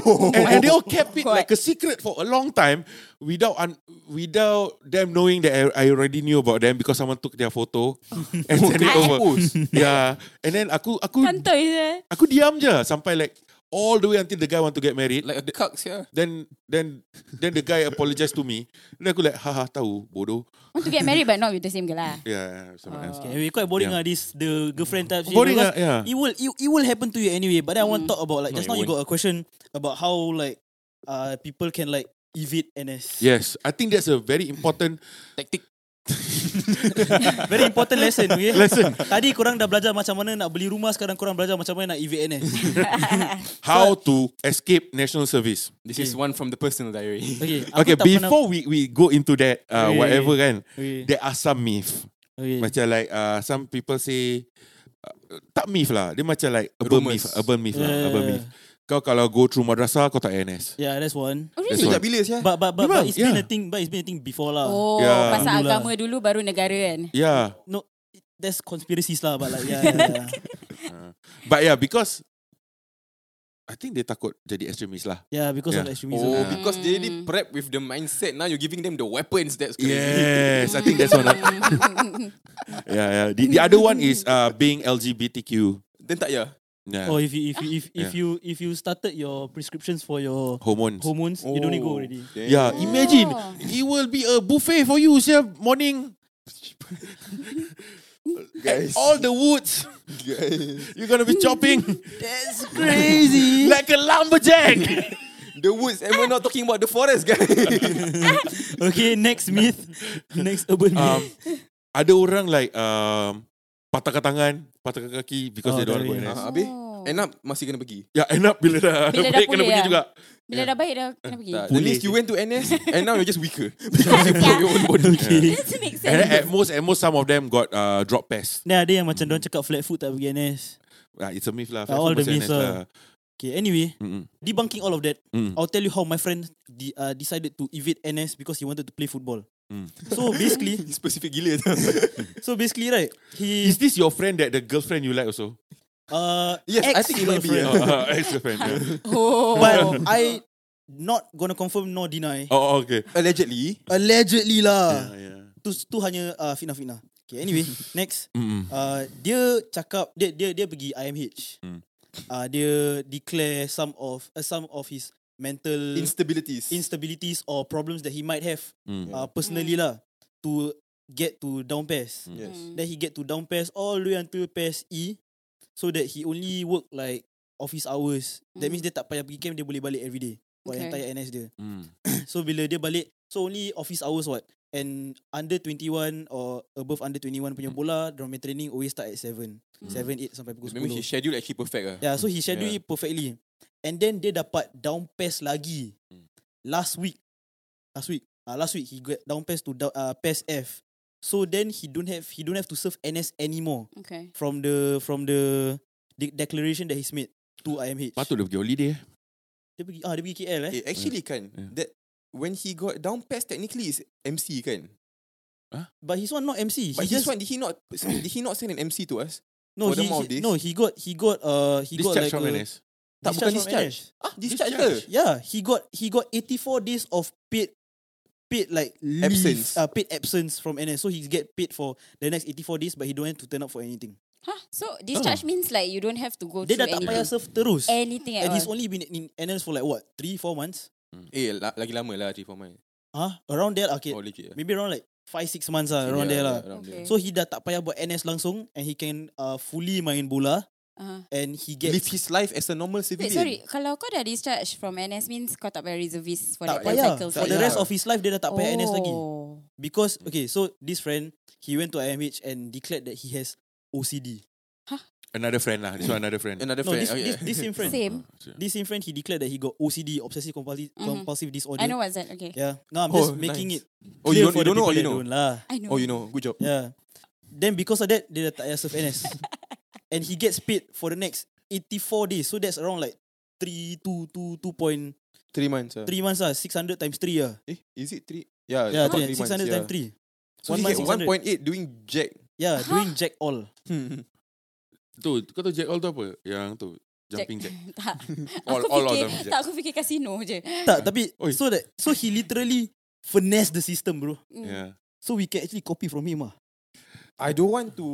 Speaker 7: and, and they all kept it
Speaker 4: God.
Speaker 7: like a secret for a long time without un, without them knowing that I, I already knew about them because someone took their photo and sent it over. yeah. And then aku aku
Speaker 4: Pantoi je
Speaker 7: aku diam je sampai like all the way until the guy want to get married.
Speaker 2: Like a cuck, yeah.
Speaker 7: then then then the guy apologized to me. Then aku like haha tahu bodoh.
Speaker 4: Want to get married But not with the same girl lah
Speaker 7: Yeah, someone else.
Speaker 3: Okay, anyway, quite boring
Speaker 7: Yeah.
Speaker 3: ah this the girlfriend type. shit,
Speaker 7: Boring ah,
Speaker 3: because
Speaker 7: yeah.
Speaker 3: It will it, it will happen to you anyway. But then I want to talk about like just
Speaker 2: it
Speaker 3: now you got a question about how like uh people can like evade NS.
Speaker 7: Yes, I think that's a very important
Speaker 2: Tactic.
Speaker 3: Very important lesson, okay? lesson. Tadi korang dah belajar macam mana nak beli rumah, sekarang korang belajar macam mana nak evade NS.
Speaker 7: how to escape national service.
Speaker 2: This is one from the personal diary.
Speaker 3: Okay, aku
Speaker 7: Okay,
Speaker 3: tak pernah-
Speaker 7: before we we go into that uh,
Speaker 3: Okay.
Speaker 7: whatever kan,
Speaker 3: Okay.
Speaker 7: there are some myth.
Speaker 3: Okay.
Speaker 7: Macam like uh, some people say uh, tak myth lah. Dia macam like urban
Speaker 2: Rumours.
Speaker 7: myth, urban myth lah,
Speaker 3: Yeah.
Speaker 7: urban myth. Kau kalau go through madrasah kau tak NS.
Speaker 3: Yeah, that's one.
Speaker 4: Oh, really?
Speaker 7: That's
Speaker 2: Sejak
Speaker 7: why.
Speaker 2: bila sih?
Speaker 3: But but but, but
Speaker 7: Memang,
Speaker 3: it's been
Speaker 7: yeah.
Speaker 3: a thing. But it's been a thing before lah.
Speaker 4: Oh,
Speaker 7: Yeah.
Speaker 4: pasal
Speaker 3: Dulu lah.
Speaker 4: agama dulu baru negara kan.
Speaker 7: Yeah.
Speaker 3: No, that's conspiracies lah. But like yeah, yeah, yeah.
Speaker 7: But yeah, because I think dia takut jadi extremist lah.
Speaker 3: yeah because of
Speaker 7: Yeah.
Speaker 3: extremism.
Speaker 2: Oh,
Speaker 3: lah.
Speaker 2: because they did prep with the mindset. Now you're giving them the weapons. That's crazy.
Speaker 7: Yes, I think that's one. lah. yeah, yeah. The, the other one is uh, being LGBTQ.
Speaker 2: Then tak ya?
Speaker 7: Yeah.
Speaker 3: Or Oh, if you if you if,
Speaker 7: Yeah.
Speaker 3: if you if you started your prescriptions for your
Speaker 7: Hormones.
Speaker 3: hormones, you don't need go already.
Speaker 7: Yeah, imagine
Speaker 4: Oh.
Speaker 7: it will be a buffet for you, sir. Morning,
Speaker 2: guys.
Speaker 7: all the woods.
Speaker 2: Oh, guys.
Speaker 7: You're gonna be chopping
Speaker 3: That's crazy.
Speaker 7: like a lumberjack.
Speaker 2: The woods. And we're not talking about the forest, guys. Oh.
Speaker 3: okay, next myth, next urban
Speaker 2: Ah.
Speaker 7: um,
Speaker 3: myth.
Speaker 7: ada orang like um, patahkan tangan, patahkan kaki because
Speaker 3: Oh,
Speaker 7: they don't want to go
Speaker 3: very-
Speaker 7: NS.
Speaker 2: Ah, Habis? End up masih kena pergi.
Speaker 7: Yeah, end up bila dah,
Speaker 4: Bila dah
Speaker 7: baik kena
Speaker 4: pulih
Speaker 7: pergi
Speaker 4: lah.
Speaker 7: juga.
Speaker 4: Bila dah baik dah kena pergi.
Speaker 2: Tak,
Speaker 4: That
Speaker 2: At
Speaker 7: Boleh
Speaker 2: least
Speaker 7: je.
Speaker 2: you went to NS and now you're just weaker. Because you broke your own body.
Speaker 3: okay.
Speaker 4: makes
Speaker 7: And then at
Speaker 4: sense.
Speaker 7: most, at most some of them got uh, drop pass.
Speaker 3: Nah, ada yang macam don't cakap flat foot tak pergi NS.
Speaker 7: Uh, it's a myth lah.
Speaker 3: Ah, all the
Speaker 7: 50%
Speaker 3: myths lah. Okay, anyway,
Speaker 7: Mm-mm.
Speaker 3: debunking all of that,
Speaker 2: Hmm.
Speaker 7: Mm.
Speaker 3: I'll tell you how my friend de- uh, decided to evade NS because he wanted to play football.
Speaker 7: Mm.
Speaker 3: So basically,
Speaker 2: Specific gila tu.
Speaker 3: so basically, right? He
Speaker 7: Is this your friend that the girlfriend you like also?
Speaker 3: uh,
Speaker 2: Yes, I think it might be,
Speaker 3: ex-girlfriend.
Speaker 7: Oh, uh, ex-girlfriend. yeah.
Speaker 4: Oh.
Speaker 3: But I not gonna confirm nor deny.
Speaker 7: Oh, okay.
Speaker 2: Allegedly.
Speaker 3: Allegedly
Speaker 7: Yeah,
Speaker 3: lah.
Speaker 7: Ah, yeah.
Speaker 3: Tu tu hanya uh, fitnah fitnah. Okay, anyway, next.
Speaker 7: Mm-mm.
Speaker 3: Uh, dia cakap dia dia dia pergi IMH.
Speaker 7: Hmm.
Speaker 3: Uh, dia declare some of uh, some of his mental
Speaker 2: Instabilities.
Speaker 3: instabilities or problems that he might have
Speaker 7: Mm.
Speaker 3: uh, personally lah to get to down pass.
Speaker 2: yes.
Speaker 4: Hmm,
Speaker 3: Then he get to down pass all the way until pass E so that he only work like office hours. That
Speaker 4: Mm.
Speaker 3: means dia tak payah pergi camp, dia boleh balik every day. For
Speaker 4: Okay.
Speaker 3: entire NS dia.
Speaker 2: Hmm.
Speaker 7: Mm.
Speaker 3: So bila dia balik So only office hours what And under 21 Or above under 21 punya bola Diorang punya training always start at 7 7, 8 sampai pukul
Speaker 2: Maybe his
Speaker 3: 10
Speaker 2: schedule actually perfect lah.
Speaker 3: Yeah so he schedule
Speaker 7: Yeah.
Speaker 3: it perfectly And then dia dapat down pass lagi Last week Last week uh, Last week he got down pass to down, uh, pass F So then he don't have He don't have to serve NS anymore
Speaker 4: Okay.
Speaker 3: From the From the de- Declaration that he's made To IMH
Speaker 7: Patut dia pergi holiday eh.
Speaker 3: Dia pergi ah, dia pergi KL eh
Speaker 2: Eh, actually kan,
Speaker 7: Yeah.
Speaker 2: that when he got down pass technically is MC kan.
Speaker 3: But his one not MC
Speaker 2: But
Speaker 3: He
Speaker 2: this
Speaker 3: just
Speaker 2: one did he not did he not send an MC to us?
Speaker 3: No,
Speaker 2: for the
Speaker 3: he,
Speaker 2: amount of
Speaker 3: he
Speaker 2: days?
Speaker 3: no, he got he got uh he
Speaker 7: Discharge
Speaker 3: got
Speaker 7: from
Speaker 3: like a,
Speaker 7: NS.
Speaker 2: Tak bukan discharge.
Speaker 3: from NS.
Speaker 2: Ah, discharge ke?
Speaker 3: Yeah, he got he got 84 days of paid paid like leave,
Speaker 2: Absence.
Speaker 3: uh, paid absence from NS. So he get paid for the next 84 days, but he don't have to turn up for anything.
Speaker 4: Huh? So discharge means like you don't have to go
Speaker 3: Dia dah
Speaker 4: through
Speaker 3: tak payah
Speaker 4: anything.
Speaker 3: serve terus.
Speaker 4: Anything at
Speaker 3: And he's
Speaker 4: all.
Speaker 3: only been in NS for like what 3 4 months?
Speaker 2: Eh, la- lagi lama lah 3 4 months.
Speaker 3: Huh? Around there lah. okay.
Speaker 2: Oh, legit.
Speaker 3: Maybe around like 5 6 months lah, around there lah.
Speaker 2: around there.
Speaker 4: Okay.
Speaker 3: So he dah tak payah buat NS langsung and he can uh, fully main bola
Speaker 4: Uh-huh.
Speaker 3: and he gets
Speaker 2: Live his life as a normal civilian.
Speaker 4: Wait, sorry. Kalau kau dah discharge from NS means kau tak payah reservist for that
Speaker 3: tak payah.
Speaker 4: cycle.
Speaker 3: For
Speaker 2: Tak
Speaker 3: the
Speaker 2: payah.
Speaker 3: rest of his life dia dah tak payah NS lagi.
Speaker 4: Oh.
Speaker 3: Because okay, so this friend he went to IMH and declared that he has OCD.
Speaker 7: Another friend lah. This one another friend.
Speaker 2: Another
Speaker 3: No,
Speaker 2: friend.
Speaker 3: this,
Speaker 2: oh, yeah.
Speaker 3: this, this same friend,
Speaker 4: Same.
Speaker 3: this same friend, he declared that he got OCD, obsessive compulsive, compulsive disorder.
Speaker 4: Mm-hmm. I know what's that. Okay.
Speaker 3: Yeah, no, I'm
Speaker 2: Oh,
Speaker 3: just making
Speaker 2: nice.
Speaker 3: it.
Speaker 2: Oh, you
Speaker 3: clear
Speaker 2: don't, you
Speaker 3: for the
Speaker 2: don't know or
Speaker 3: people
Speaker 2: you
Speaker 3: that
Speaker 2: know?
Speaker 3: don't lah.
Speaker 4: I know.
Speaker 2: Oh, you know. Good job.
Speaker 3: Yeah. Then because of that, dia dah tak payah serve NS, and he gets paid for the next 84 days. So that's around like three, two, two, two point
Speaker 2: 3 months. ah.
Speaker 3: three months ah, 600 times three ah.
Speaker 2: Eh, is it 3? Yeah,
Speaker 3: Yeah,
Speaker 2: three
Speaker 3: 300,
Speaker 2: months, yeah.
Speaker 3: 600 times three.
Speaker 2: So
Speaker 3: One
Speaker 2: he
Speaker 3: month,
Speaker 2: get 1.8
Speaker 3: 600.
Speaker 2: doing jack.
Speaker 3: Yeah, doing jack all.
Speaker 7: Tu, kau tahu Jack All tu apa? Yang tu. Jumping Jack.
Speaker 4: tak.
Speaker 7: All-
Speaker 4: aku
Speaker 7: all of
Speaker 4: fikir,
Speaker 7: them.
Speaker 4: tak, aku fikir kasino je.
Speaker 3: Tak, tapi
Speaker 7: Oi.
Speaker 3: so that so he literally finesse the system, bro.
Speaker 4: Mm.
Speaker 7: Yeah.
Speaker 3: So we can actually copy from him ah.
Speaker 2: I don't want to...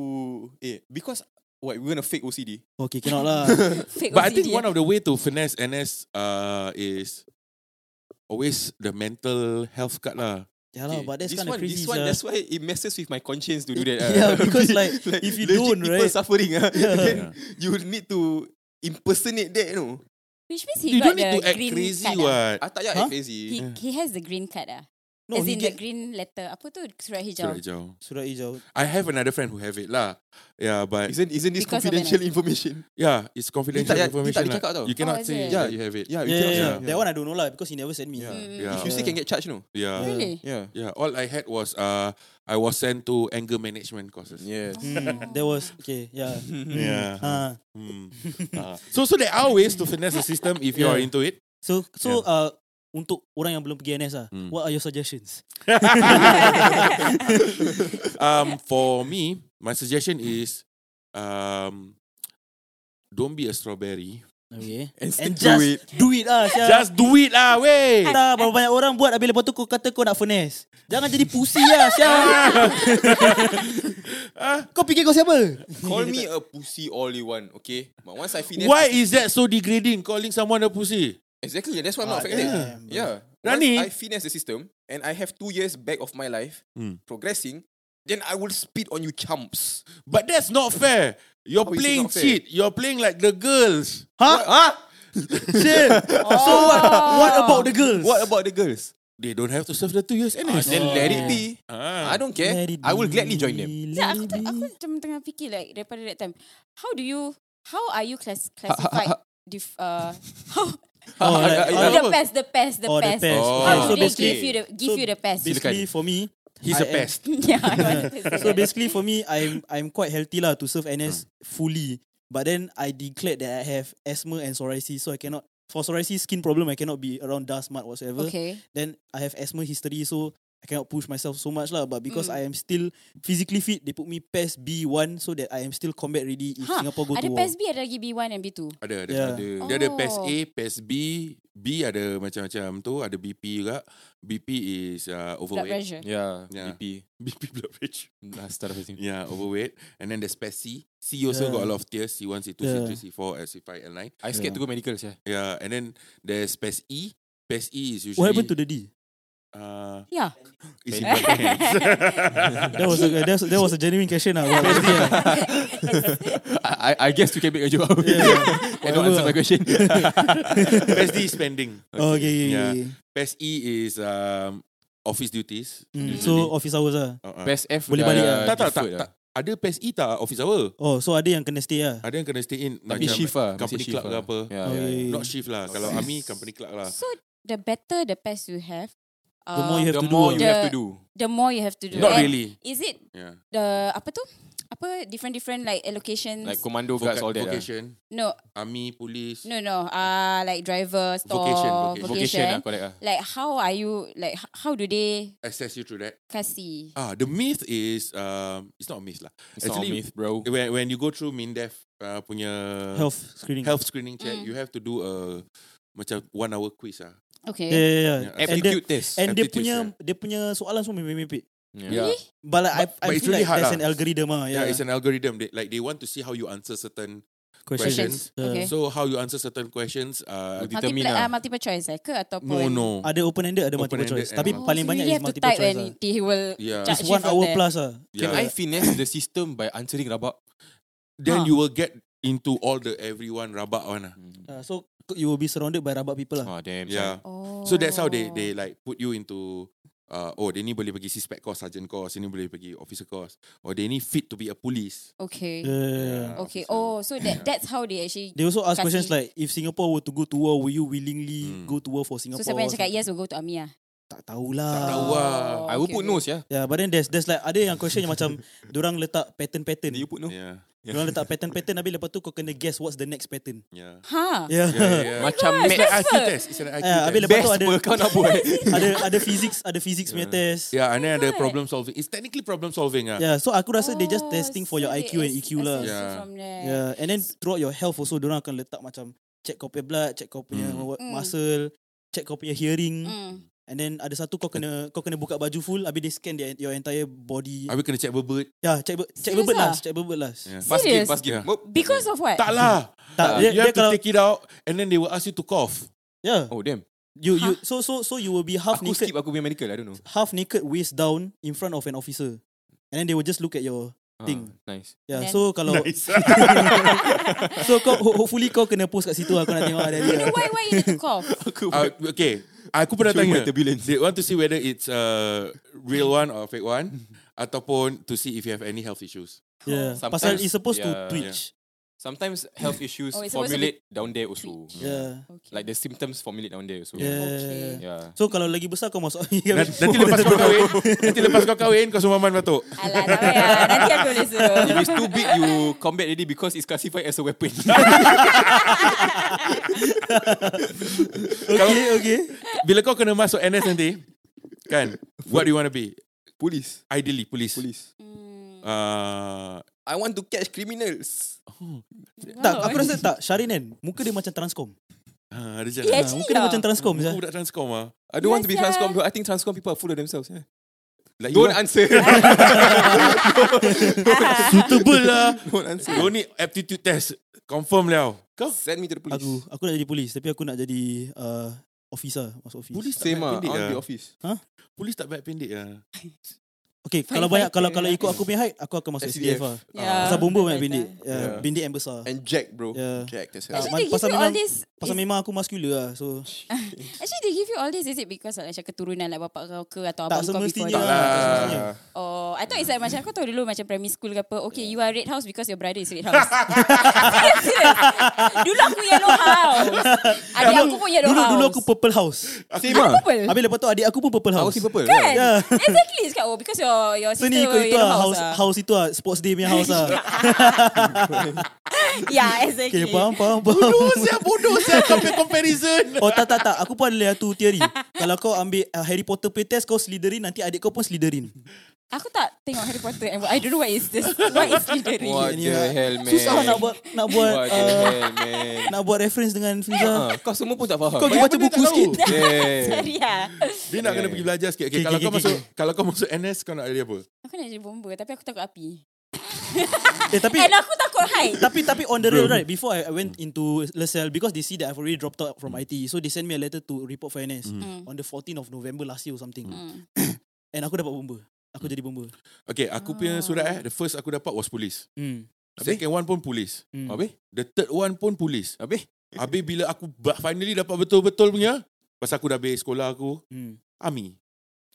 Speaker 2: Eh, because... What, we're gonna fake OCD?
Speaker 3: Okay, cannot lah.
Speaker 4: Fake
Speaker 7: But I
Speaker 4: OCD,
Speaker 7: think one
Speaker 4: eh.
Speaker 7: of the way to finesse NS uh, is always the mental health card lah.
Speaker 3: yeah
Speaker 2: Okay,
Speaker 3: lah, but that's
Speaker 2: this
Speaker 3: kind of
Speaker 2: one-
Speaker 3: crazy.
Speaker 2: This one,
Speaker 3: sia.
Speaker 2: that's why it messes with my conscience to do that. ah.
Speaker 3: Yeah, because like, if you
Speaker 2: legit
Speaker 3: don't,
Speaker 2: people
Speaker 3: right?
Speaker 2: suffering. ah, then
Speaker 7: Yeah.
Speaker 2: you need to impersonate that, you know.
Speaker 4: Which means he
Speaker 7: You
Speaker 4: got
Speaker 7: don't need
Speaker 4: the
Speaker 7: to act
Speaker 4: green
Speaker 7: crazy
Speaker 4: card. ah.
Speaker 7: what.
Speaker 2: Ah, tak payah
Speaker 3: Huh?
Speaker 2: act crazy.
Speaker 4: He, he has the green card ah.
Speaker 3: No,
Speaker 4: As in
Speaker 3: he
Speaker 4: the
Speaker 3: get
Speaker 4: green letter. Apa tu surat hijau?
Speaker 7: Surat hijau.
Speaker 3: surat hijau.
Speaker 7: I have another friend who have it lah. Yeah, but
Speaker 2: Isn't isn't this
Speaker 4: Because of
Speaker 2: confidential
Speaker 4: an-
Speaker 2: information?
Speaker 7: yeah, it's confidential
Speaker 2: Dia tak- dia tak
Speaker 7: information.
Speaker 2: dicakap
Speaker 7: lah.
Speaker 2: tau.
Speaker 7: You
Speaker 4: Oh,
Speaker 7: cannot
Speaker 4: is
Speaker 7: say
Speaker 4: it? Hmm.
Speaker 7: yeah, you have it.
Speaker 2: Yeah,
Speaker 3: Yeah,
Speaker 2: you
Speaker 3: yeah,
Speaker 2: cannot
Speaker 3: yeah.
Speaker 2: say.
Speaker 7: yeah.
Speaker 3: That one I don't know lah because he never sent me.
Speaker 7: Yeah.
Speaker 2: If you say can get charged, no.
Speaker 7: Yeah.
Speaker 4: Really?
Speaker 2: Yeah.
Speaker 7: Yeah, all I had was uh, I was sent to anger management courses.
Speaker 2: Yes.
Speaker 3: Mm, there was okay, yeah.
Speaker 7: Yeah.
Speaker 3: Uh,
Speaker 7: Mm. Ah. so so there are ways to finesse the system if you
Speaker 3: Yeah.
Speaker 7: are into it.
Speaker 3: so so uh, untuk orang yang belum pergi NS ah,
Speaker 7: Mm.
Speaker 3: what are your suggestions?
Speaker 7: Um, for me, my suggestion is, um, don't be a strawberry.
Speaker 3: Okay.
Speaker 2: And stick
Speaker 3: And
Speaker 2: to
Speaker 3: just
Speaker 2: it.
Speaker 3: do it lah. Just
Speaker 7: Just do it lah, way.
Speaker 3: tak berapa banyak orang buat habis lepas tu kau kata kau nak finesse. Jangan jadi pussy lah, sial. kau fikir kau siapa?
Speaker 2: Call me a pussy all you want, okay? But once I finish,
Speaker 7: Why is that so degrading? Calling someone a pussy?
Speaker 2: Exactly. That's why I'm not
Speaker 3: Ah,
Speaker 2: affected.
Speaker 3: damn.
Speaker 2: Yeah.
Speaker 7: Rani.
Speaker 2: Once I finesse the system and I have two years back of my life
Speaker 7: Mm.
Speaker 2: progressing, then I will spit on you chumps.
Speaker 7: But that's not fair. You're
Speaker 2: How is it
Speaker 7: playing
Speaker 2: not fair?
Speaker 7: cheat. You're playing like the girls.
Speaker 3: Huh? Huh? Chill. So what, what
Speaker 4: Oh.
Speaker 3: about the girls?
Speaker 2: What about the girls?
Speaker 7: They don't have to serve the two years
Speaker 2: Ah,
Speaker 7: NS.
Speaker 2: then let it be.
Speaker 7: Ah.
Speaker 2: I don't care.
Speaker 3: Let it
Speaker 2: I will
Speaker 3: be,
Speaker 2: gladly join them.
Speaker 3: let
Speaker 4: Sekejap, aku,
Speaker 3: it
Speaker 4: ter-
Speaker 3: be.
Speaker 4: aku macam tengah fikir like daripada that time. How do you, how are you class, classified? Dif, uh, how,
Speaker 2: Ha,
Speaker 3: Oh, like,
Speaker 2: I- I-
Speaker 4: oh,
Speaker 3: I-
Speaker 4: the pest, the pest, the
Speaker 3: Oh, the
Speaker 4: pest.
Speaker 3: pest.
Speaker 7: Oh.
Speaker 4: How do
Speaker 7: So
Speaker 4: they
Speaker 3: basically-
Speaker 4: give you the give
Speaker 3: so
Speaker 4: you the pest?
Speaker 3: Basically for me,
Speaker 7: He's
Speaker 3: I
Speaker 7: a
Speaker 3: am-
Speaker 7: pest.
Speaker 4: yeah, I wanted to say
Speaker 3: so
Speaker 4: that.
Speaker 3: basically for me, I'm I'm quite healthy lah to serve NS
Speaker 2: Hmm.
Speaker 3: fully. But then I declared that I have asthma and psoriasis, so I cannot. For psoriasis skin problem, I cannot be around dust, mud, whatsoever.
Speaker 4: Okay.
Speaker 3: Then I have asthma history, so I cannot push myself so much lah. But because
Speaker 4: Mm.
Speaker 3: I am still physically fit, they put me past B one so that I am still combat ready if
Speaker 4: Ha,
Speaker 3: Singapore go
Speaker 4: ada
Speaker 3: to war.
Speaker 4: PES B, ada lagi B1 and B2.
Speaker 7: Ada, ada,
Speaker 3: Yeah.
Speaker 7: ada. Dia ada PES
Speaker 4: Oh.
Speaker 7: A, PES B, B ada macam-macam tu, ada BP juga. BP is
Speaker 4: Blood
Speaker 7: uh, overweight.
Speaker 4: pressure.
Speaker 2: Yeah.
Speaker 7: Yeah.
Speaker 2: BP.
Speaker 7: BP blood pressure.
Speaker 2: Start of thing.
Speaker 7: Yeah, overweight. And then there's PES C. C also
Speaker 3: Yeah.
Speaker 7: got a lot of tiers. C1, C2,
Speaker 3: Yeah.
Speaker 7: C3, C4, C5, L9.
Speaker 2: I scared to go medical, yeah.
Speaker 7: Yeah, and then there's PES E. PES E is usually...
Speaker 3: What happened to the D?
Speaker 7: Uh,
Speaker 4: Yeah.
Speaker 7: is in my hands.
Speaker 3: That was a that was, that was a genuine question. lah. What was it?
Speaker 2: I, I I guess you can make a joke out of it. and don't answer my question.
Speaker 7: PES D is spending.
Speaker 3: Oh, okay, okay,
Speaker 7: Yeah.
Speaker 3: okay.
Speaker 7: PES E is um, office duties.
Speaker 3: Mm. So office hours lah.
Speaker 7: Uh-uh.
Speaker 2: Best F uh,
Speaker 3: Boleh
Speaker 2: dah
Speaker 3: balik
Speaker 7: tak,
Speaker 3: lah.
Speaker 7: tak, tak,
Speaker 2: deferred lah.
Speaker 7: tak. Ada PES E tak office hour?
Speaker 3: Oh, so ada yang kena stay lah.
Speaker 7: Ada yang kena stay in
Speaker 2: Tapi
Speaker 7: macam
Speaker 2: shift lah.
Speaker 7: Company
Speaker 2: mesti
Speaker 7: club
Speaker 2: shift
Speaker 7: ke
Speaker 2: lah.
Speaker 7: apa
Speaker 2: Yeah,
Speaker 3: Oh,
Speaker 2: yeah,
Speaker 3: yeah,
Speaker 2: yeah.
Speaker 3: yeah.
Speaker 7: Not shift lah Kalau
Speaker 2: Yes.
Speaker 7: army company club lah
Speaker 4: So the better the PES you have,
Speaker 3: The more
Speaker 4: uh,
Speaker 3: you have
Speaker 2: The
Speaker 3: to
Speaker 2: more
Speaker 3: do.
Speaker 2: you
Speaker 3: ah.
Speaker 2: have to do.
Speaker 4: the more you have to do.
Speaker 7: Not
Speaker 4: And
Speaker 7: really
Speaker 4: Is it
Speaker 7: Yeah
Speaker 4: the apa tu? Apa different different like allocations?
Speaker 2: Like commando guards,
Speaker 7: Voca-
Speaker 2: all that. lah.
Speaker 7: Vocation
Speaker 4: no,
Speaker 7: Army, police
Speaker 4: no, no. Uh like driver, store,
Speaker 7: Vocation, vocation.
Speaker 2: Vocation lah, correct lah.
Speaker 4: Like how are you like h- how do they
Speaker 7: Access you through that
Speaker 4: kasi?
Speaker 7: Ah, The myth is um, It's not a myth lah
Speaker 2: It's not a myth, bro.
Speaker 7: when, when you go through MINDEF uh, Punya
Speaker 3: Health screening.
Speaker 7: health screening check
Speaker 4: Mm.
Speaker 7: You have to do a Macam one hour quiz ah.
Speaker 3: Yeah,
Speaker 4: Okay.
Speaker 3: yeah, yeah.
Speaker 7: Yeah,
Speaker 3: Uh, And, the,
Speaker 2: Aptitude test.
Speaker 3: and dia
Speaker 7: Aptitude,
Speaker 3: punya
Speaker 7: yeah.
Speaker 3: dia punya soalan semua mimpi-mimpi.
Speaker 2: Yeah.
Speaker 3: But like, I,
Speaker 7: but
Speaker 3: I
Speaker 7: it's
Speaker 3: feel
Speaker 7: really
Speaker 3: like
Speaker 7: hard
Speaker 3: there's
Speaker 7: lah.
Speaker 3: an algorithm ah.
Speaker 7: Yeah,
Speaker 3: Yeah,
Speaker 7: it's an algorithm they, Like they want to see how you answer certain
Speaker 4: Questions.
Speaker 7: questions,
Speaker 4: Okay.
Speaker 7: So how you answer certain questions
Speaker 2: Multi-
Speaker 7: uh,
Speaker 4: Multiple,
Speaker 2: determine
Speaker 4: uh,
Speaker 2: lah.
Speaker 4: multiple choice eh ke ataupun Oh,
Speaker 7: No no
Speaker 3: Ada open-ended, ada multiple
Speaker 7: Open-ended
Speaker 3: choice.
Speaker 7: and
Speaker 3: Tapi
Speaker 7: multiple.
Speaker 3: paling
Speaker 4: so
Speaker 3: banyak
Speaker 4: you
Speaker 3: is
Speaker 4: have to
Speaker 3: multiple
Speaker 4: type
Speaker 3: choice
Speaker 4: and
Speaker 3: lah.
Speaker 4: he will
Speaker 7: Yeah.
Speaker 4: judge
Speaker 3: It's
Speaker 4: you
Speaker 3: one
Speaker 4: from
Speaker 3: hour
Speaker 4: there.
Speaker 3: plus ah.
Speaker 2: Can
Speaker 7: yeah.
Speaker 2: I finesse the system by answering rabak?
Speaker 7: then
Speaker 4: Huh.
Speaker 7: you will get into all the everyone rabak one. ah.
Speaker 3: Ah, So you will be surrounded by rabak people lah.
Speaker 2: Oh, damn.
Speaker 7: Yeah.
Speaker 2: son.
Speaker 4: Oh.
Speaker 7: So that's how they they like put you into uh, oh dia ni boleh pergi suspect course, sergeant course, ini boleh pergi officer course. Or they ni fit to be a police.
Speaker 4: Okay.
Speaker 3: Yeah.
Speaker 4: Okay.
Speaker 7: officer.
Speaker 4: Oh, so that that's how they actually
Speaker 3: They also ask
Speaker 4: Kasi.
Speaker 3: questions like if Singapore were to go to war, will you willingly
Speaker 7: Hmm.
Speaker 3: go to war for
Speaker 4: So
Speaker 3: Singapore?
Speaker 4: siapa yang cakap yes will go to army ah?
Speaker 3: Tak tahulah. Tak
Speaker 7: tahu ah.
Speaker 2: I will put nose, yeah.
Speaker 3: Yeah, but then there's there's like ada yang question yang macam dorang letak
Speaker 2: Do
Speaker 3: pattern-pattern.
Speaker 2: you put no?
Speaker 7: Yeah.
Speaker 3: Dorang letak pattern-pattern habis lepas tu kau kena guess what's the next pattern.
Speaker 7: Yeah.
Speaker 4: Ha.
Speaker 7: Yeah,
Speaker 3: Yeah.
Speaker 7: yeah.
Speaker 2: Macam
Speaker 7: It's an IQ test. It's an IQ
Speaker 3: Yeah, habis
Speaker 7: test.
Speaker 3: lepas tu
Speaker 2: Best
Speaker 3: ada
Speaker 2: apa kau nak buat.
Speaker 3: ada ada physics, ada physics punya test. Yeah.
Speaker 7: Yeah, and then ada problem solving. It's technically problem solving ah.
Speaker 3: yeah, so aku rasa they just
Speaker 4: Oh,
Speaker 3: testing for your
Speaker 4: so
Speaker 3: IQ and
Speaker 4: they
Speaker 3: EQ lah.
Speaker 4: assess
Speaker 3: Yeah.
Speaker 4: you
Speaker 7: Yeah.
Speaker 4: from there.
Speaker 3: and then throughout your health also orang akan letak macam check kau punya blood, check kau punya
Speaker 7: Mm.
Speaker 3: what-
Speaker 4: Mm.
Speaker 3: muscle, check kau punya hearing
Speaker 4: Mm.
Speaker 3: and then ada satu kau kena kau kena buka baju full habis dia scan their, your entire body.
Speaker 7: Habis kena check berbet.
Speaker 3: yeah, check ber- check
Speaker 4: Serious
Speaker 3: berbet
Speaker 4: ah?
Speaker 3: last, check berbet last.
Speaker 7: Yeah.
Speaker 2: Pass game,
Speaker 4: Serious?
Speaker 2: pass game.
Speaker 7: Yeah.
Speaker 2: Boop.
Speaker 4: Because of what?
Speaker 7: Tak lah.
Speaker 3: Tak,
Speaker 7: you
Speaker 3: dia, dia
Speaker 7: have to
Speaker 3: kalau
Speaker 7: take it out and then they will ask you to cough.
Speaker 3: yeah,
Speaker 2: Oh, damn.
Speaker 3: you you so so so you will be half
Speaker 2: Aku
Speaker 3: naked
Speaker 2: skip aku punya medical, I don't know.
Speaker 3: half naked waist down in front of an officer. And then they will just look at your
Speaker 2: Ah,
Speaker 3: Thing.
Speaker 2: Nice.
Speaker 3: Yeah,
Speaker 4: Then-
Speaker 3: so kalau so kau ho- hopefully kau kena post kat situ aku nak tengok ada dia.
Speaker 4: Why why you need to cough?
Speaker 2: Aku
Speaker 7: Uh, okay, Aku pernah
Speaker 2: Human
Speaker 7: tanya
Speaker 2: turbulence.
Speaker 7: They want to see whether it's a Real one or fake one Ataupun To see if you have any health issues
Speaker 3: Yeah.
Speaker 2: Sometimes-
Speaker 3: Pasal it's supposed to
Speaker 2: yeah,
Speaker 3: twitch.
Speaker 2: Sometimes health issues
Speaker 4: Oh, it's supposed to
Speaker 2: formulate
Speaker 4: be
Speaker 2: down there also.
Speaker 3: Yeah.
Speaker 4: Okay.
Speaker 2: Like the symptoms formulate down there also.
Speaker 3: Yeah.
Speaker 4: Okay.
Speaker 2: Yeah.
Speaker 3: So kalau lagi besar kau masuk
Speaker 7: Nan- Nanti lepas kau kahwin Nanti lepas kau kahwin Kau semua man batuk
Speaker 4: Alah, tak payah. Nanti aku boleh suruh.
Speaker 2: If it's too big, you combat already because it's classified as a weapon.
Speaker 3: Okay okay
Speaker 7: Bila kau kena masuk NS nanti Kan What do you want to be
Speaker 2: Police.
Speaker 7: Ideally police
Speaker 2: Police.
Speaker 4: Hmm,
Speaker 7: Uh,
Speaker 2: I want to catch criminals.
Speaker 4: Oh,
Speaker 3: Tak aku rasa tak Syarin kan Muka dia macam transcom
Speaker 7: ah, Ada
Speaker 4: Eh,
Speaker 7: jalan
Speaker 4: actually
Speaker 3: Muka dia
Speaker 4: lah.
Speaker 3: macam transcom
Speaker 7: Kau
Speaker 3: je
Speaker 7: budak transcom ah.
Speaker 2: I don't want to be
Speaker 4: Yes, yeah.
Speaker 2: transformed. I think transformed people are full of themselves. Yeah.
Speaker 7: Like you
Speaker 2: Don't
Speaker 7: lah.
Speaker 2: answer.
Speaker 7: suitable lah
Speaker 2: don't answer.
Speaker 7: Don't need aptitude test Confirm liao Kau
Speaker 2: Send me to the police.
Speaker 3: Aku aku nak jadi polis Tapi aku nak jadi uh, Officer Masuk office
Speaker 7: Polis tak
Speaker 2: Same ah. I
Speaker 7: baik pendek
Speaker 2: want
Speaker 7: lah
Speaker 2: the office.
Speaker 7: Polis tak baik pendek lah
Speaker 3: Okay kalau banyak Kalau kalau ikut aku punya height Aku akan masuk SDF
Speaker 2: SDF.
Speaker 3: lah
Speaker 4: Yeah.
Speaker 3: Pasal bomba banyak
Speaker 4: Better.
Speaker 3: bindik yeah.
Speaker 2: Yeah.
Speaker 3: Bindik and besar
Speaker 2: Ah. And Jack, bro.
Speaker 3: Yeah.
Speaker 2: Jack, that's
Speaker 3: Ah,
Speaker 4: Actually, they give
Speaker 3: pasal
Speaker 4: you all
Speaker 3: memang-
Speaker 4: this.
Speaker 3: Pasal
Speaker 4: is-
Speaker 3: memang aku muscular lah So
Speaker 4: Actually, they give you all this. Is it because of like, macam keturunan like bapak kau ke atau
Speaker 3: Tak
Speaker 4: abang kau before
Speaker 3: semestinya
Speaker 4: that?
Speaker 3: lah. Tak semestinya.
Speaker 2: Ah.
Speaker 4: Oh, I thought it's like macam kau tahu dulu macam primary school ke apa. Okay, you are red house because your brother is red house. Serious, serious. dulu aku yellow house. Adik aku pun yellow
Speaker 3: Dulu
Speaker 4: house.
Speaker 3: dulu aku purple house
Speaker 2: Same ah.
Speaker 4: purple.
Speaker 3: Habis lepas tu adik aku pun purple
Speaker 2: I
Speaker 3: house
Speaker 2: was in purple.
Speaker 4: Kan?
Speaker 2: right?
Speaker 3: Yeah.
Speaker 4: Exactly. It's oh, because your your
Speaker 3: So
Speaker 4: sister
Speaker 3: ni ikut itu
Speaker 4: yellow
Speaker 3: lah
Speaker 4: house.
Speaker 3: house,
Speaker 4: ah.
Speaker 3: house itu lah Sports day punya house lah
Speaker 4: Yeah, exactly.
Speaker 3: Okay faham faham faham
Speaker 7: Siapa bodoh Siapa compare comparison
Speaker 3: Oh tak tak tak Aku pun ada tu teori Kalau kau ambil uh, Harry Potter pay test Kau Slytherin Nanti adik kau pun Slytherin
Speaker 4: Aku tak tengok Harry Potter and I don't know what is this. What is Slytherin?
Speaker 2: What the
Speaker 3: Yeah.
Speaker 2: hell, man?
Speaker 3: lah. Susah nak buat Nak buat
Speaker 2: What the
Speaker 3: uh,
Speaker 2: hell, man?
Speaker 3: Nak buat reference dengan Fiza
Speaker 2: Ah, Kau semua pun tak Eh. faham.
Speaker 3: Kau pergi
Speaker 7: Banyak
Speaker 3: baca
Speaker 7: benda
Speaker 3: buku
Speaker 7: tak
Speaker 3: sikit
Speaker 7: tahu.
Speaker 2: Yeah.
Speaker 4: Sorry
Speaker 3: ya.
Speaker 4: lah.
Speaker 7: Dia nak kena pergi belajar sikit okay,
Speaker 3: Okay,
Speaker 7: Kalau
Speaker 3: okay,
Speaker 7: kau
Speaker 3: okay,
Speaker 7: masuk Kalau kau masuk NS Kau nak jadi apa
Speaker 4: Aku nak jadi bomba tapi aku takut api.
Speaker 3: Eh tapi
Speaker 4: And aku takut height.
Speaker 3: tapi tapi on the real right before I, I went into LaSalle because they see that I've already dropped out from IT so they sent me a letter to report for NS
Speaker 2: Mm-hmm.
Speaker 3: on the 14th of November last year or something
Speaker 4: Hmm.
Speaker 3: and aku dapat bomba aku jadi bomba
Speaker 7: Okay aku punya surat eh The first aku dapat was polis
Speaker 3: hmm.
Speaker 7: Second one pun polis
Speaker 3: Hmm.
Speaker 2: Habis?
Speaker 7: The third one pun polis
Speaker 2: Habis?
Speaker 7: Habis bila aku ba- finally dapat betul-betul punya Pasal aku dah habis sekolah aku
Speaker 3: Hmm.
Speaker 7: Army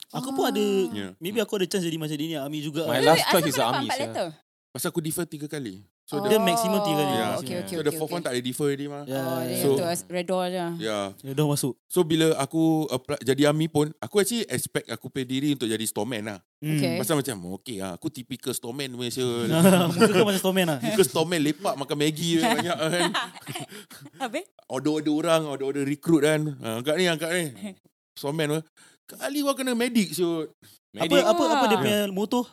Speaker 3: aku pun ada
Speaker 7: Yeah.
Speaker 3: maybe aku ada chance jadi macam dia ni Ami juga
Speaker 2: My
Speaker 4: Wait,
Speaker 2: last
Speaker 4: wait,
Speaker 2: choice is
Speaker 4: Eh, asal kau dapat
Speaker 2: army,
Speaker 4: empat
Speaker 2: sia.
Speaker 4: letter? Oh.
Speaker 7: Pasal aku defer tiga kali So
Speaker 3: dia maximum tiga kali.
Speaker 7: Yeah.
Speaker 4: Okay, okay,
Speaker 7: So
Speaker 4: okay.
Speaker 7: the fourth
Speaker 4: okay.
Speaker 7: one tak ada defer already mah.
Speaker 3: Yeah.
Speaker 4: Oh, dia
Speaker 7: So-
Speaker 4: tu as- red lah. door je.
Speaker 7: Yeah.
Speaker 3: dia dah masuk
Speaker 7: So bila aku apply, jadi army pun, aku actually expect aku pay diri untuk jadi storeman lah.
Speaker 3: Hmm.
Speaker 4: Okay.
Speaker 7: Pasal macam, okay lah, aku typical storeman punya siul.
Speaker 3: Muka kau macam Storman lah
Speaker 7: Typical storeman lepak makan Maggi je banyak kan.
Speaker 4: Habis?
Speaker 7: Order-order orang, order-order recruit kan. Ah, Angkat ni, angkat ni. Storeman tu. Kali kau kena medic siul.
Speaker 3: apa,
Speaker 2: Medic.
Speaker 3: Eh, apa apa dia punya motor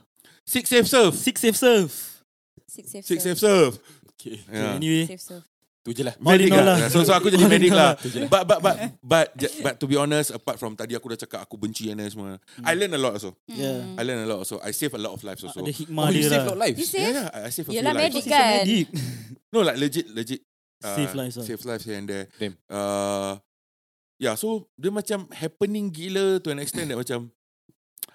Speaker 7: Six safe serve.
Speaker 3: Six safe serve
Speaker 4: Hmm. Six safe
Speaker 7: Six
Speaker 4: serve.
Speaker 7: safe serve. Ya.
Speaker 2: Okay.
Speaker 7: Yeah.
Speaker 3: Anyway
Speaker 4: Safe serve.
Speaker 2: Tu je lah.
Speaker 3: All
Speaker 7: Medic
Speaker 3: in all
Speaker 7: lah.
Speaker 3: lah.
Speaker 7: So, so aku jadi
Speaker 3: All in
Speaker 7: medic
Speaker 3: all
Speaker 7: lah. Eh?
Speaker 2: lah.
Speaker 7: But, but, but, but, but to be honest, apart from tadi aku dah cakap aku benci NS semua. I learn a lot also.
Speaker 4: Hmm.
Speaker 3: yeah.
Speaker 7: I learn a lot also. I save a lot of lives also.
Speaker 3: Ada hikmah
Speaker 2: Oh, you
Speaker 3: dia
Speaker 2: saved
Speaker 3: lah
Speaker 2: lot lives.
Speaker 4: You
Speaker 7: Yeah,
Speaker 4: safe?
Speaker 7: yeah, I I save a
Speaker 4: Yelah,
Speaker 7: few
Speaker 4: medic
Speaker 7: lives.
Speaker 4: kan?
Speaker 3: Medic
Speaker 7: No, like legit, legit. uh,
Speaker 3: Save lives lah.
Speaker 7: Save lives here and there.
Speaker 2: Damn.
Speaker 7: Uh, yeah, so dia macam happening gila to an extent that macam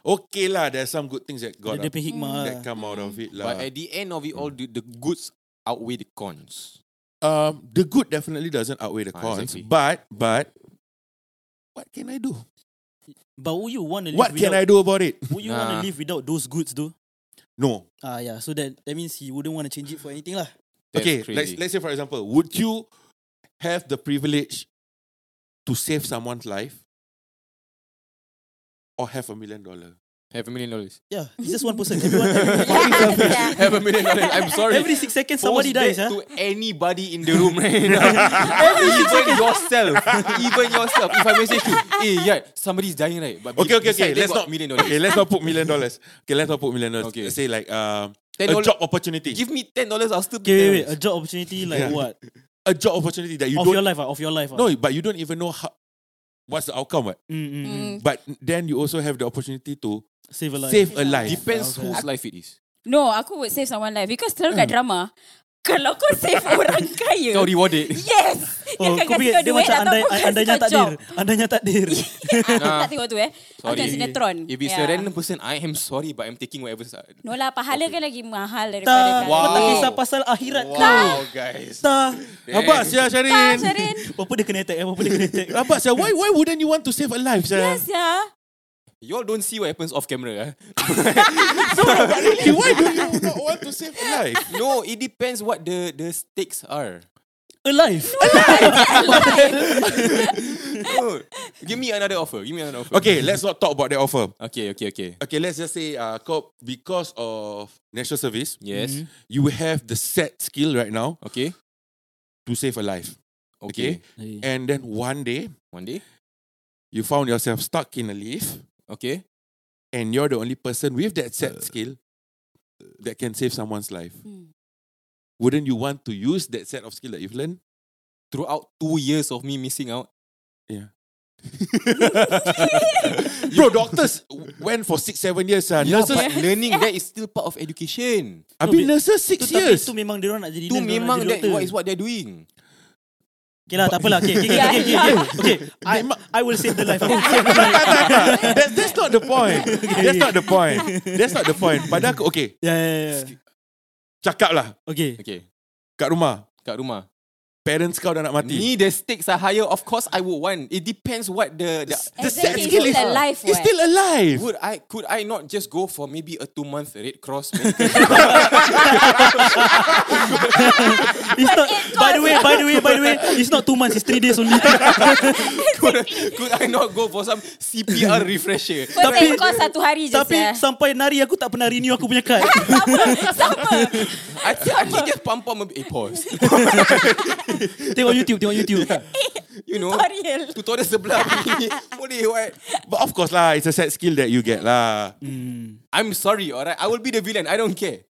Speaker 7: okay lah, there's some good things that got
Speaker 3: Dia dia punya hikmah lah
Speaker 7: that come out of it lah.
Speaker 2: But at the end of it all, the, the goods outweigh the cons.
Speaker 7: um, the good definitely doesn't outweigh the
Speaker 2: Ah,
Speaker 7: cons.
Speaker 2: exactly.
Speaker 7: But but what can I do?
Speaker 3: But would you want to live
Speaker 7: What
Speaker 3: without
Speaker 7: can I do about it?
Speaker 3: Would you want to
Speaker 2: Nah.
Speaker 3: live without those goods though?
Speaker 7: No.
Speaker 3: Ah yeah, so that that means he wouldn't want to change it for anything lah.
Speaker 2: That's
Speaker 7: okay, let's
Speaker 2: crazy.
Speaker 7: let's say for example, would you have the privilege to save someone's life or have a million dollar?
Speaker 2: Have a million dollars.
Speaker 3: Yeah, it's just one person. Everyone, every,
Speaker 4: Yeah.
Speaker 2: Have a million dollars. I'm sorry.
Speaker 3: every six seconds somebody
Speaker 2: Post
Speaker 3: dies.
Speaker 2: that
Speaker 3: ah.
Speaker 2: to
Speaker 3: Huh?
Speaker 2: anybody in the room right now. even yourself. Even yourself. If I message you, hey, yeah, somebody's dying, right? But
Speaker 7: Okay, okay, okay. Let's not
Speaker 2: million dollars.
Speaker 7: Okay, let's not put million dollars. Okay, let's not put million dollars.
Speaker 2: Okay.
Speaker 7: Okay. Say like um,
Speaker 2: Ten
Speaker 7: a
Speaker 2: dollar-
Speaker 7: job opportunity.
Speaker 2: Give me ten dollars, I'll still be
Speaker 3: Okay, wait, wait. A
Speaker 2: there.
Speaker 3: job opportunity like
Speaker 7: Yeah.
Speaker 3: what?
Speaker 7: a job opportunity that you
Speaker 3: of
Speaker 7: don't
Speaker 3: your life, ah, of your life. ah.
Speaker 7: no, but you don't even know how, what's the outcome. What?
Speaker 3: Mm, mm, mm.
Speaker 4: Hmm.
Speaker 7: But then you also have the opportunity to
Speaker 3: save a life.
Speaker 7: save a life.
Speaker 2: Depends
Speaker 3: Okay.
Speaker 2: whose life it is.
Speaker 3: Hmm.
Speaker 4: No, aku would save someone life because selalu kat drama Kalau kau save orang kaya
Speaker 2: Kau rewarded.
Speaker 4: Yes Dia akan
Speaker 3: Oh,
Speaker 4: kasi
Speaker 3: kau fikir
Speaker 4: kau
Speaker 3: dia
Speaker 4: duit
Speaker 3: macam andai,
Speaker 4: Ataupun kasi
Speaker 3: andainya
Speaker 4: kau job
Speaker 3: takdir. Andainya takdir.
Speaker 4: Aku
Speaker 2: Ah.
Speaker 4: tak tengok tu eh Aku
Speaker 2: Sorry.
Speaker 4: tengok sinetron Ya.
Speaker 2: If it's a random person, I am sorry but I'm taking whatever.
Speaker 4: No lah pahala kan lagi mahal Daripada kan? Oh,
Speaker 3: tak,
Speaker 2: Wow.
Speaker 3: kau tak kisah pasal akhirat kau.
Speaker 2: Oh, guys.
Speaker 3: Tak.
Speaker 7: Abang, Sia
Speaker 4: Tak
Speaker 7: Eh, Syarin.
Speaker 4: Syarin
Speaker 3: Apa dia kena attack? Apa dia kena attack?
Speaker 7: Abang, Sia, why, why wouldn't you want to save a life, Sia?
Speaker 4: Yes ya
Speaker 2: You all don't see what happens off camera. Eh?
Speaker 7: Okay, why do you not want to save a life?
Speaker 2: no, it depends what the the stakes are.
Speaker 3: Alive.
Speaker 7: Eh,
Speaker 2: No. Give me another offer. Give me another offer.
Speaker 7: Okay, let's not talk about the offer.
Speaker 2: Okay, okay, okay.
Speaker 7: Okay, let's just say uh, kau, because of national service,
Speaker 2: Yes.
Speaker 7: you have the set skill right now
Speaker 2: Okay.
Speaker 7: to save a life.
Speaker 2: Okay.
Speaker 7: Okay. And then one day,
Speaker 2: One day.
Speaker 7: you found yourself stuck in a lift
Speaker 2: Okay. Uh,
Speaker 7: and you're the only person with that set skill that can save someone's life.
Speaker 4: Hmm.
Speaker 7: Wouldn't you want to use that set of skill that you've learned?
Speaker 2: Throughout two years of me missing out,
Speaker 7: Bro, doctors went for six, seven years. Uh,
Speaker 2: yeah,
Speaker 7: nurses,
Speaker 2: but learning that is still part of education.
Speaker 7: I've
Speaker 3: No,
Speaker 7: been nurses six
Speaker 3: Tapi
Speaker 7: years.
Speaker 3: tu memang dia orang nak jadi
Speaker 2: Tu
Speaker 3: nurse, dia orang nak
Speaker 2: memang
Speaker 3: jadi
Speaker 2: that
Speaker 3: doktor.
Speaker 2: what is what they're doing.
Speaker 3: Okay lah, tak apalah. Okay, okay, okay.
Speaker 4: Ya,
Speaker 3: okay, okay, okay. okay. I, I will save the life. I will save the life.
Speaker 7: That- that's not the point. That's not the point. That's not the point. Pada aku, okay,
Speaker 3: Yeah, yeah, yeah.
Speaker 7: cakap lah
Speaker 3: Okay.
Speaker 2: Okay.
Speaker 7: kat rumah.
Speaker 2: Kat rumah.
Speaker 7: Parents kau dah nak mati.
Speaker 2: Ni the stakes are higher. Of course, I would want. It depends what the, the
Speaker 7: The set
Speaker 4: Exactly,
Speaker 7: skill
Speaker 4: it's
Speaker 7: is
Speaker 4: still alive,
Speaker 7: It's
Speaker 4: what?
Speaker 7: still alive.
Speaker 2: Would I could I not just go for maybe a two month Red Cross? medical-
Speaker 3: It's not,
Speaker 4: it
Speaker 3: by the way, by the way, by the way, it's not two months, it's three days only.
Speaker 2: could, could I not go for some CPR refresher?
Speaker 4: First tapi,
Speaker 3: Tapi-
Speaker 4: kau satu hari je Tapi
Speaker 3: Tapi sampai nari aku tak pernah renew aku punya card.
Speaker 2: I think I can just pump up a bit. Eh, pause.
Speaker 3: tengok YouTube, tengok YouTube.
Speaker 2: You know,
Speaker 4: Tutorial
Speaker 2: tutorial sebelah ni. Boleh what?
Speaker 7: But of course lah, it's a set skill that you get lah.
Speaker 2: I'm sorry, alright? I will be the villain. I don't care.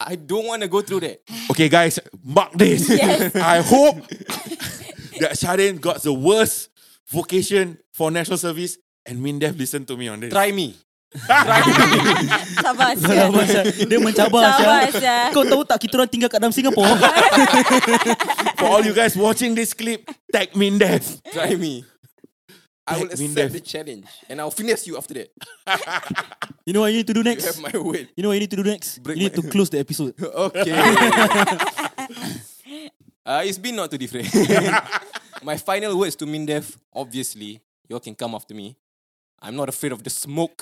Speaker 2: I don't want to go through that.
Speaker 7: Okay, guys, mark this.
Speaker 4: Yes.
Speaker 7: I hope that Sharin got the worst vocation for national service and Mindef listen to me on this.
Speaker 2: Try me.
Speaker 4: Sabar Sia
Speaker 3: Sabar, Syah. Dia mencabar.
Speaker 4: Sabar
Speaker 3: Syah.
Speaker 4: Sia
Speaker 3: Kau tahu tak kita orang tinggal kat dalam Singapore?
Speaker 7: For all you guys watching this clip, tag Mindef.
Speaker 2: Try me. I will
Speaker 7: Black Wind
Speaker 2: accept
Speaker 7: Death.
Speaker 2: the challenge and I'll finesse you after that.
Speaker 3: You know what you need to do
Speaker 2: You
Speaker 3: next?
Speaker 2: have my word.
Speaker 3: You know what you need to do next?
Speaker 2: Break
Speaker 3: you need
Speaker 2: my-
Speaker 3: to close the episode.
Speaker 2: Okay. uh, it's been not too different. My final words to Mindef, obviously, you all can come after me. I'm not afraid of the smoke,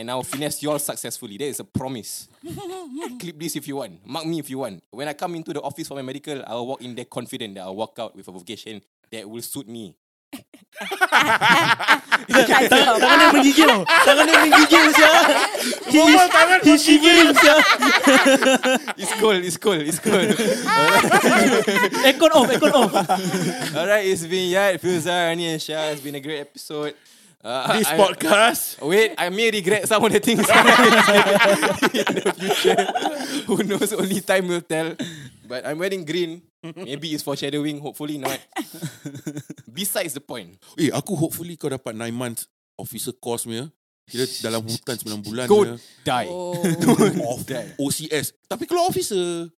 Speaker 2: and I'll finesse you all successfully. That is a promise. Clip this if you want. Mark me if you want. When I come into the office for my medical, I'll walk in there confident that I'll walk out with a vocation that will suit me.
Speaker 3: Tangan tangan dia menggigil tau. Tangan dia menggigil Syah. He is, he shivering Syah.
Speaker 2: It's cool, it's cool, it's cool.
Speaker 3: Aircon off, aircon off.
Speaker 2: All right, it's been Yad, Filzar, Ani, and Shah. It's been a great episode. Uh,
Speaker 7: This
Speaker 2: I-
Speaker 7: podcast.
Speaker 2: Wait, I may regret some of the things in the future. Who knows? Only time will tell. But I'm wearing green. Maybe it's foreshadowing. Hopefully not. Besides the point.
Speaker 7: Eh, aku hopefully kau dapat 9 months officer course punya. Kira dalam hutan 9 bulan
Speaker 2: Go
Speaker 7: punya.
Speaker 2: die.
Speaker 4: Oh
Speaker 7: Off OCS. Tapi keluar officer.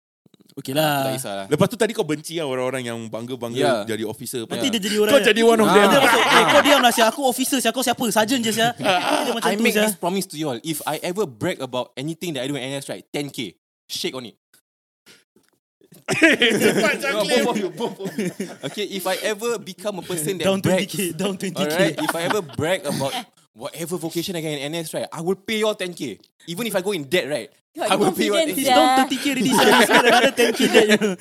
Speaker 3: Okay
Speaker 2: Tak
Speaker 3: lah.
Speaker 2: kisahlah.
Speaker 7: Lepas tu tadi kau benci lah orang-orang yang bangga-bangga
Speaker 2: Yeah.
Speaker 7: jadi officer.
Speaker 2: ya.
Speaker 7: Ya.
Speaker 3: Nanti dia jadi orang.
Speaker 7: Kau jadi one of
Speaker 2: Ah.
Speaker 7: them.
Speaker 3: Dia masuk, eh kau diam lah Syah. Aku officer Syah. Kau siapa? Sarjan je Syah. Dia macam
Speaker 2: I
Speaker 3: tu
Speaker 2: make
Speaker 3: Syah.
Speaker 2: this promise to you all. If I ever brag about anything that I do in NS, right, 10K. Shake on it. No, both of you, both of you. Okay, if I ever become a person that
Speaker 3: Down
Speaker 2: brags,
Speaker 3: 20k. Down 20k.
Speaker 2: Alright, if I ever brag about whatever vocation I get in NS, right, I will pay you all 10k. Even if I go in debt, right,
Speaker 4: Got
Speaker 2: I will pay you all 10k.
Speaker 4: confidence,
Speaker 3: It's down 30k already Syah. It's got another 10k that you know.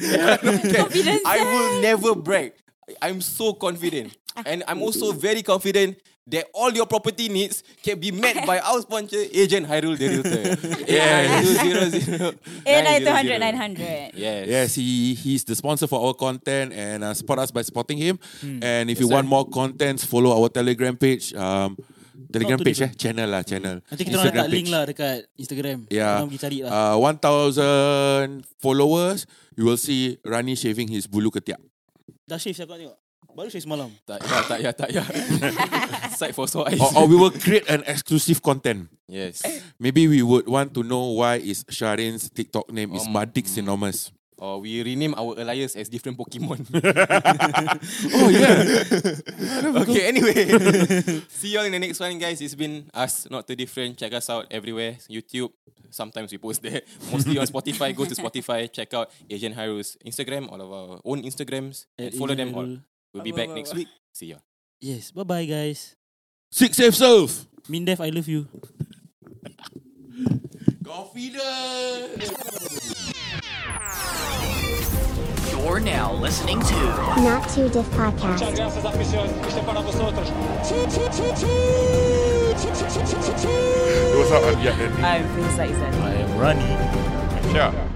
Speaker 4: Confidence
Speaker 2: I will never brag. I'm so confident. And I'm also very confident that all your property needs can be met by our sponsor, Agent Hyrule the Realtor. yes.
Speaker 4: Eh, 800 900
Speaker 2: Yes.
Speaker 7: Yes, he he's the sponsor for our content and uh, support us by supporting him.
Speaker 3: Hmm.
Speaker 7: And if you want more contents, follow our Telegram page. Um, Telegram
Speaker 3: Not too
Speaker 7: page eh, channel lah, channel.
Speaker 3: Nanti kita orang letak link lah dekat Instagram.
Speaker 2: Ya.
Speaker 7: Yeah.
Speaker 3: Korang pergi cari
Speaker 2: Ah,
Speaker 3: lah.
Speaker 7: Uh, 1,000 followers, you will see Rani shaving his bulu ketiak.
Speaker 3: Dah shave Syah kau tengok. Baru shave semalam.
Speaker 2: Tak payah, tak payah, tak payah. Sight for sore eyes.
Speaker 7: Or, or we will create an exclusive content.
Speaker 2: Yes.
Speaker 3: Um,
Speaker 7: Maybe we would want to know why is Sharin's TikTok name is Madik Sinomus.
Speaker 2: Or we rename our alliance as different Pokemon.
Speaker 7: Oh yeah.
Speaker 2: okay, anyway. See y'all in the next one, guys. It's been us, not too different. Check us out everywhere. YouTube. Sometimes we post there. Mostly on Spotify. Go to Spotify. Check out Asian Heroes Instagram, all of our own Instagrams. And
Speaker 3: At
Speaker 2: follow
Speaker 3: Asian
Speaker 2: them all.
Speaker 3: Hero.
Speaker 2: We'll be
Speaker 4: Wow,
Speaker 2: back
Speaker 4: wow,
Speaker 2: next
Speaker 4: wow.
Speaker 2: week. See ya.
Speaker 3: Yes. Bye bye guys.
Speaker 7: Six safe serve.
Speaker 3: Mindef, I love you.
Speaker 7: Confident.
Speaker 1: You're now listening to
Speaker 6: Not Too Diff Podcast.
Speaker 9: It was not Abiyat
Speaker 1: I'm Feels Like Zen.
Speaker 9: Yeah.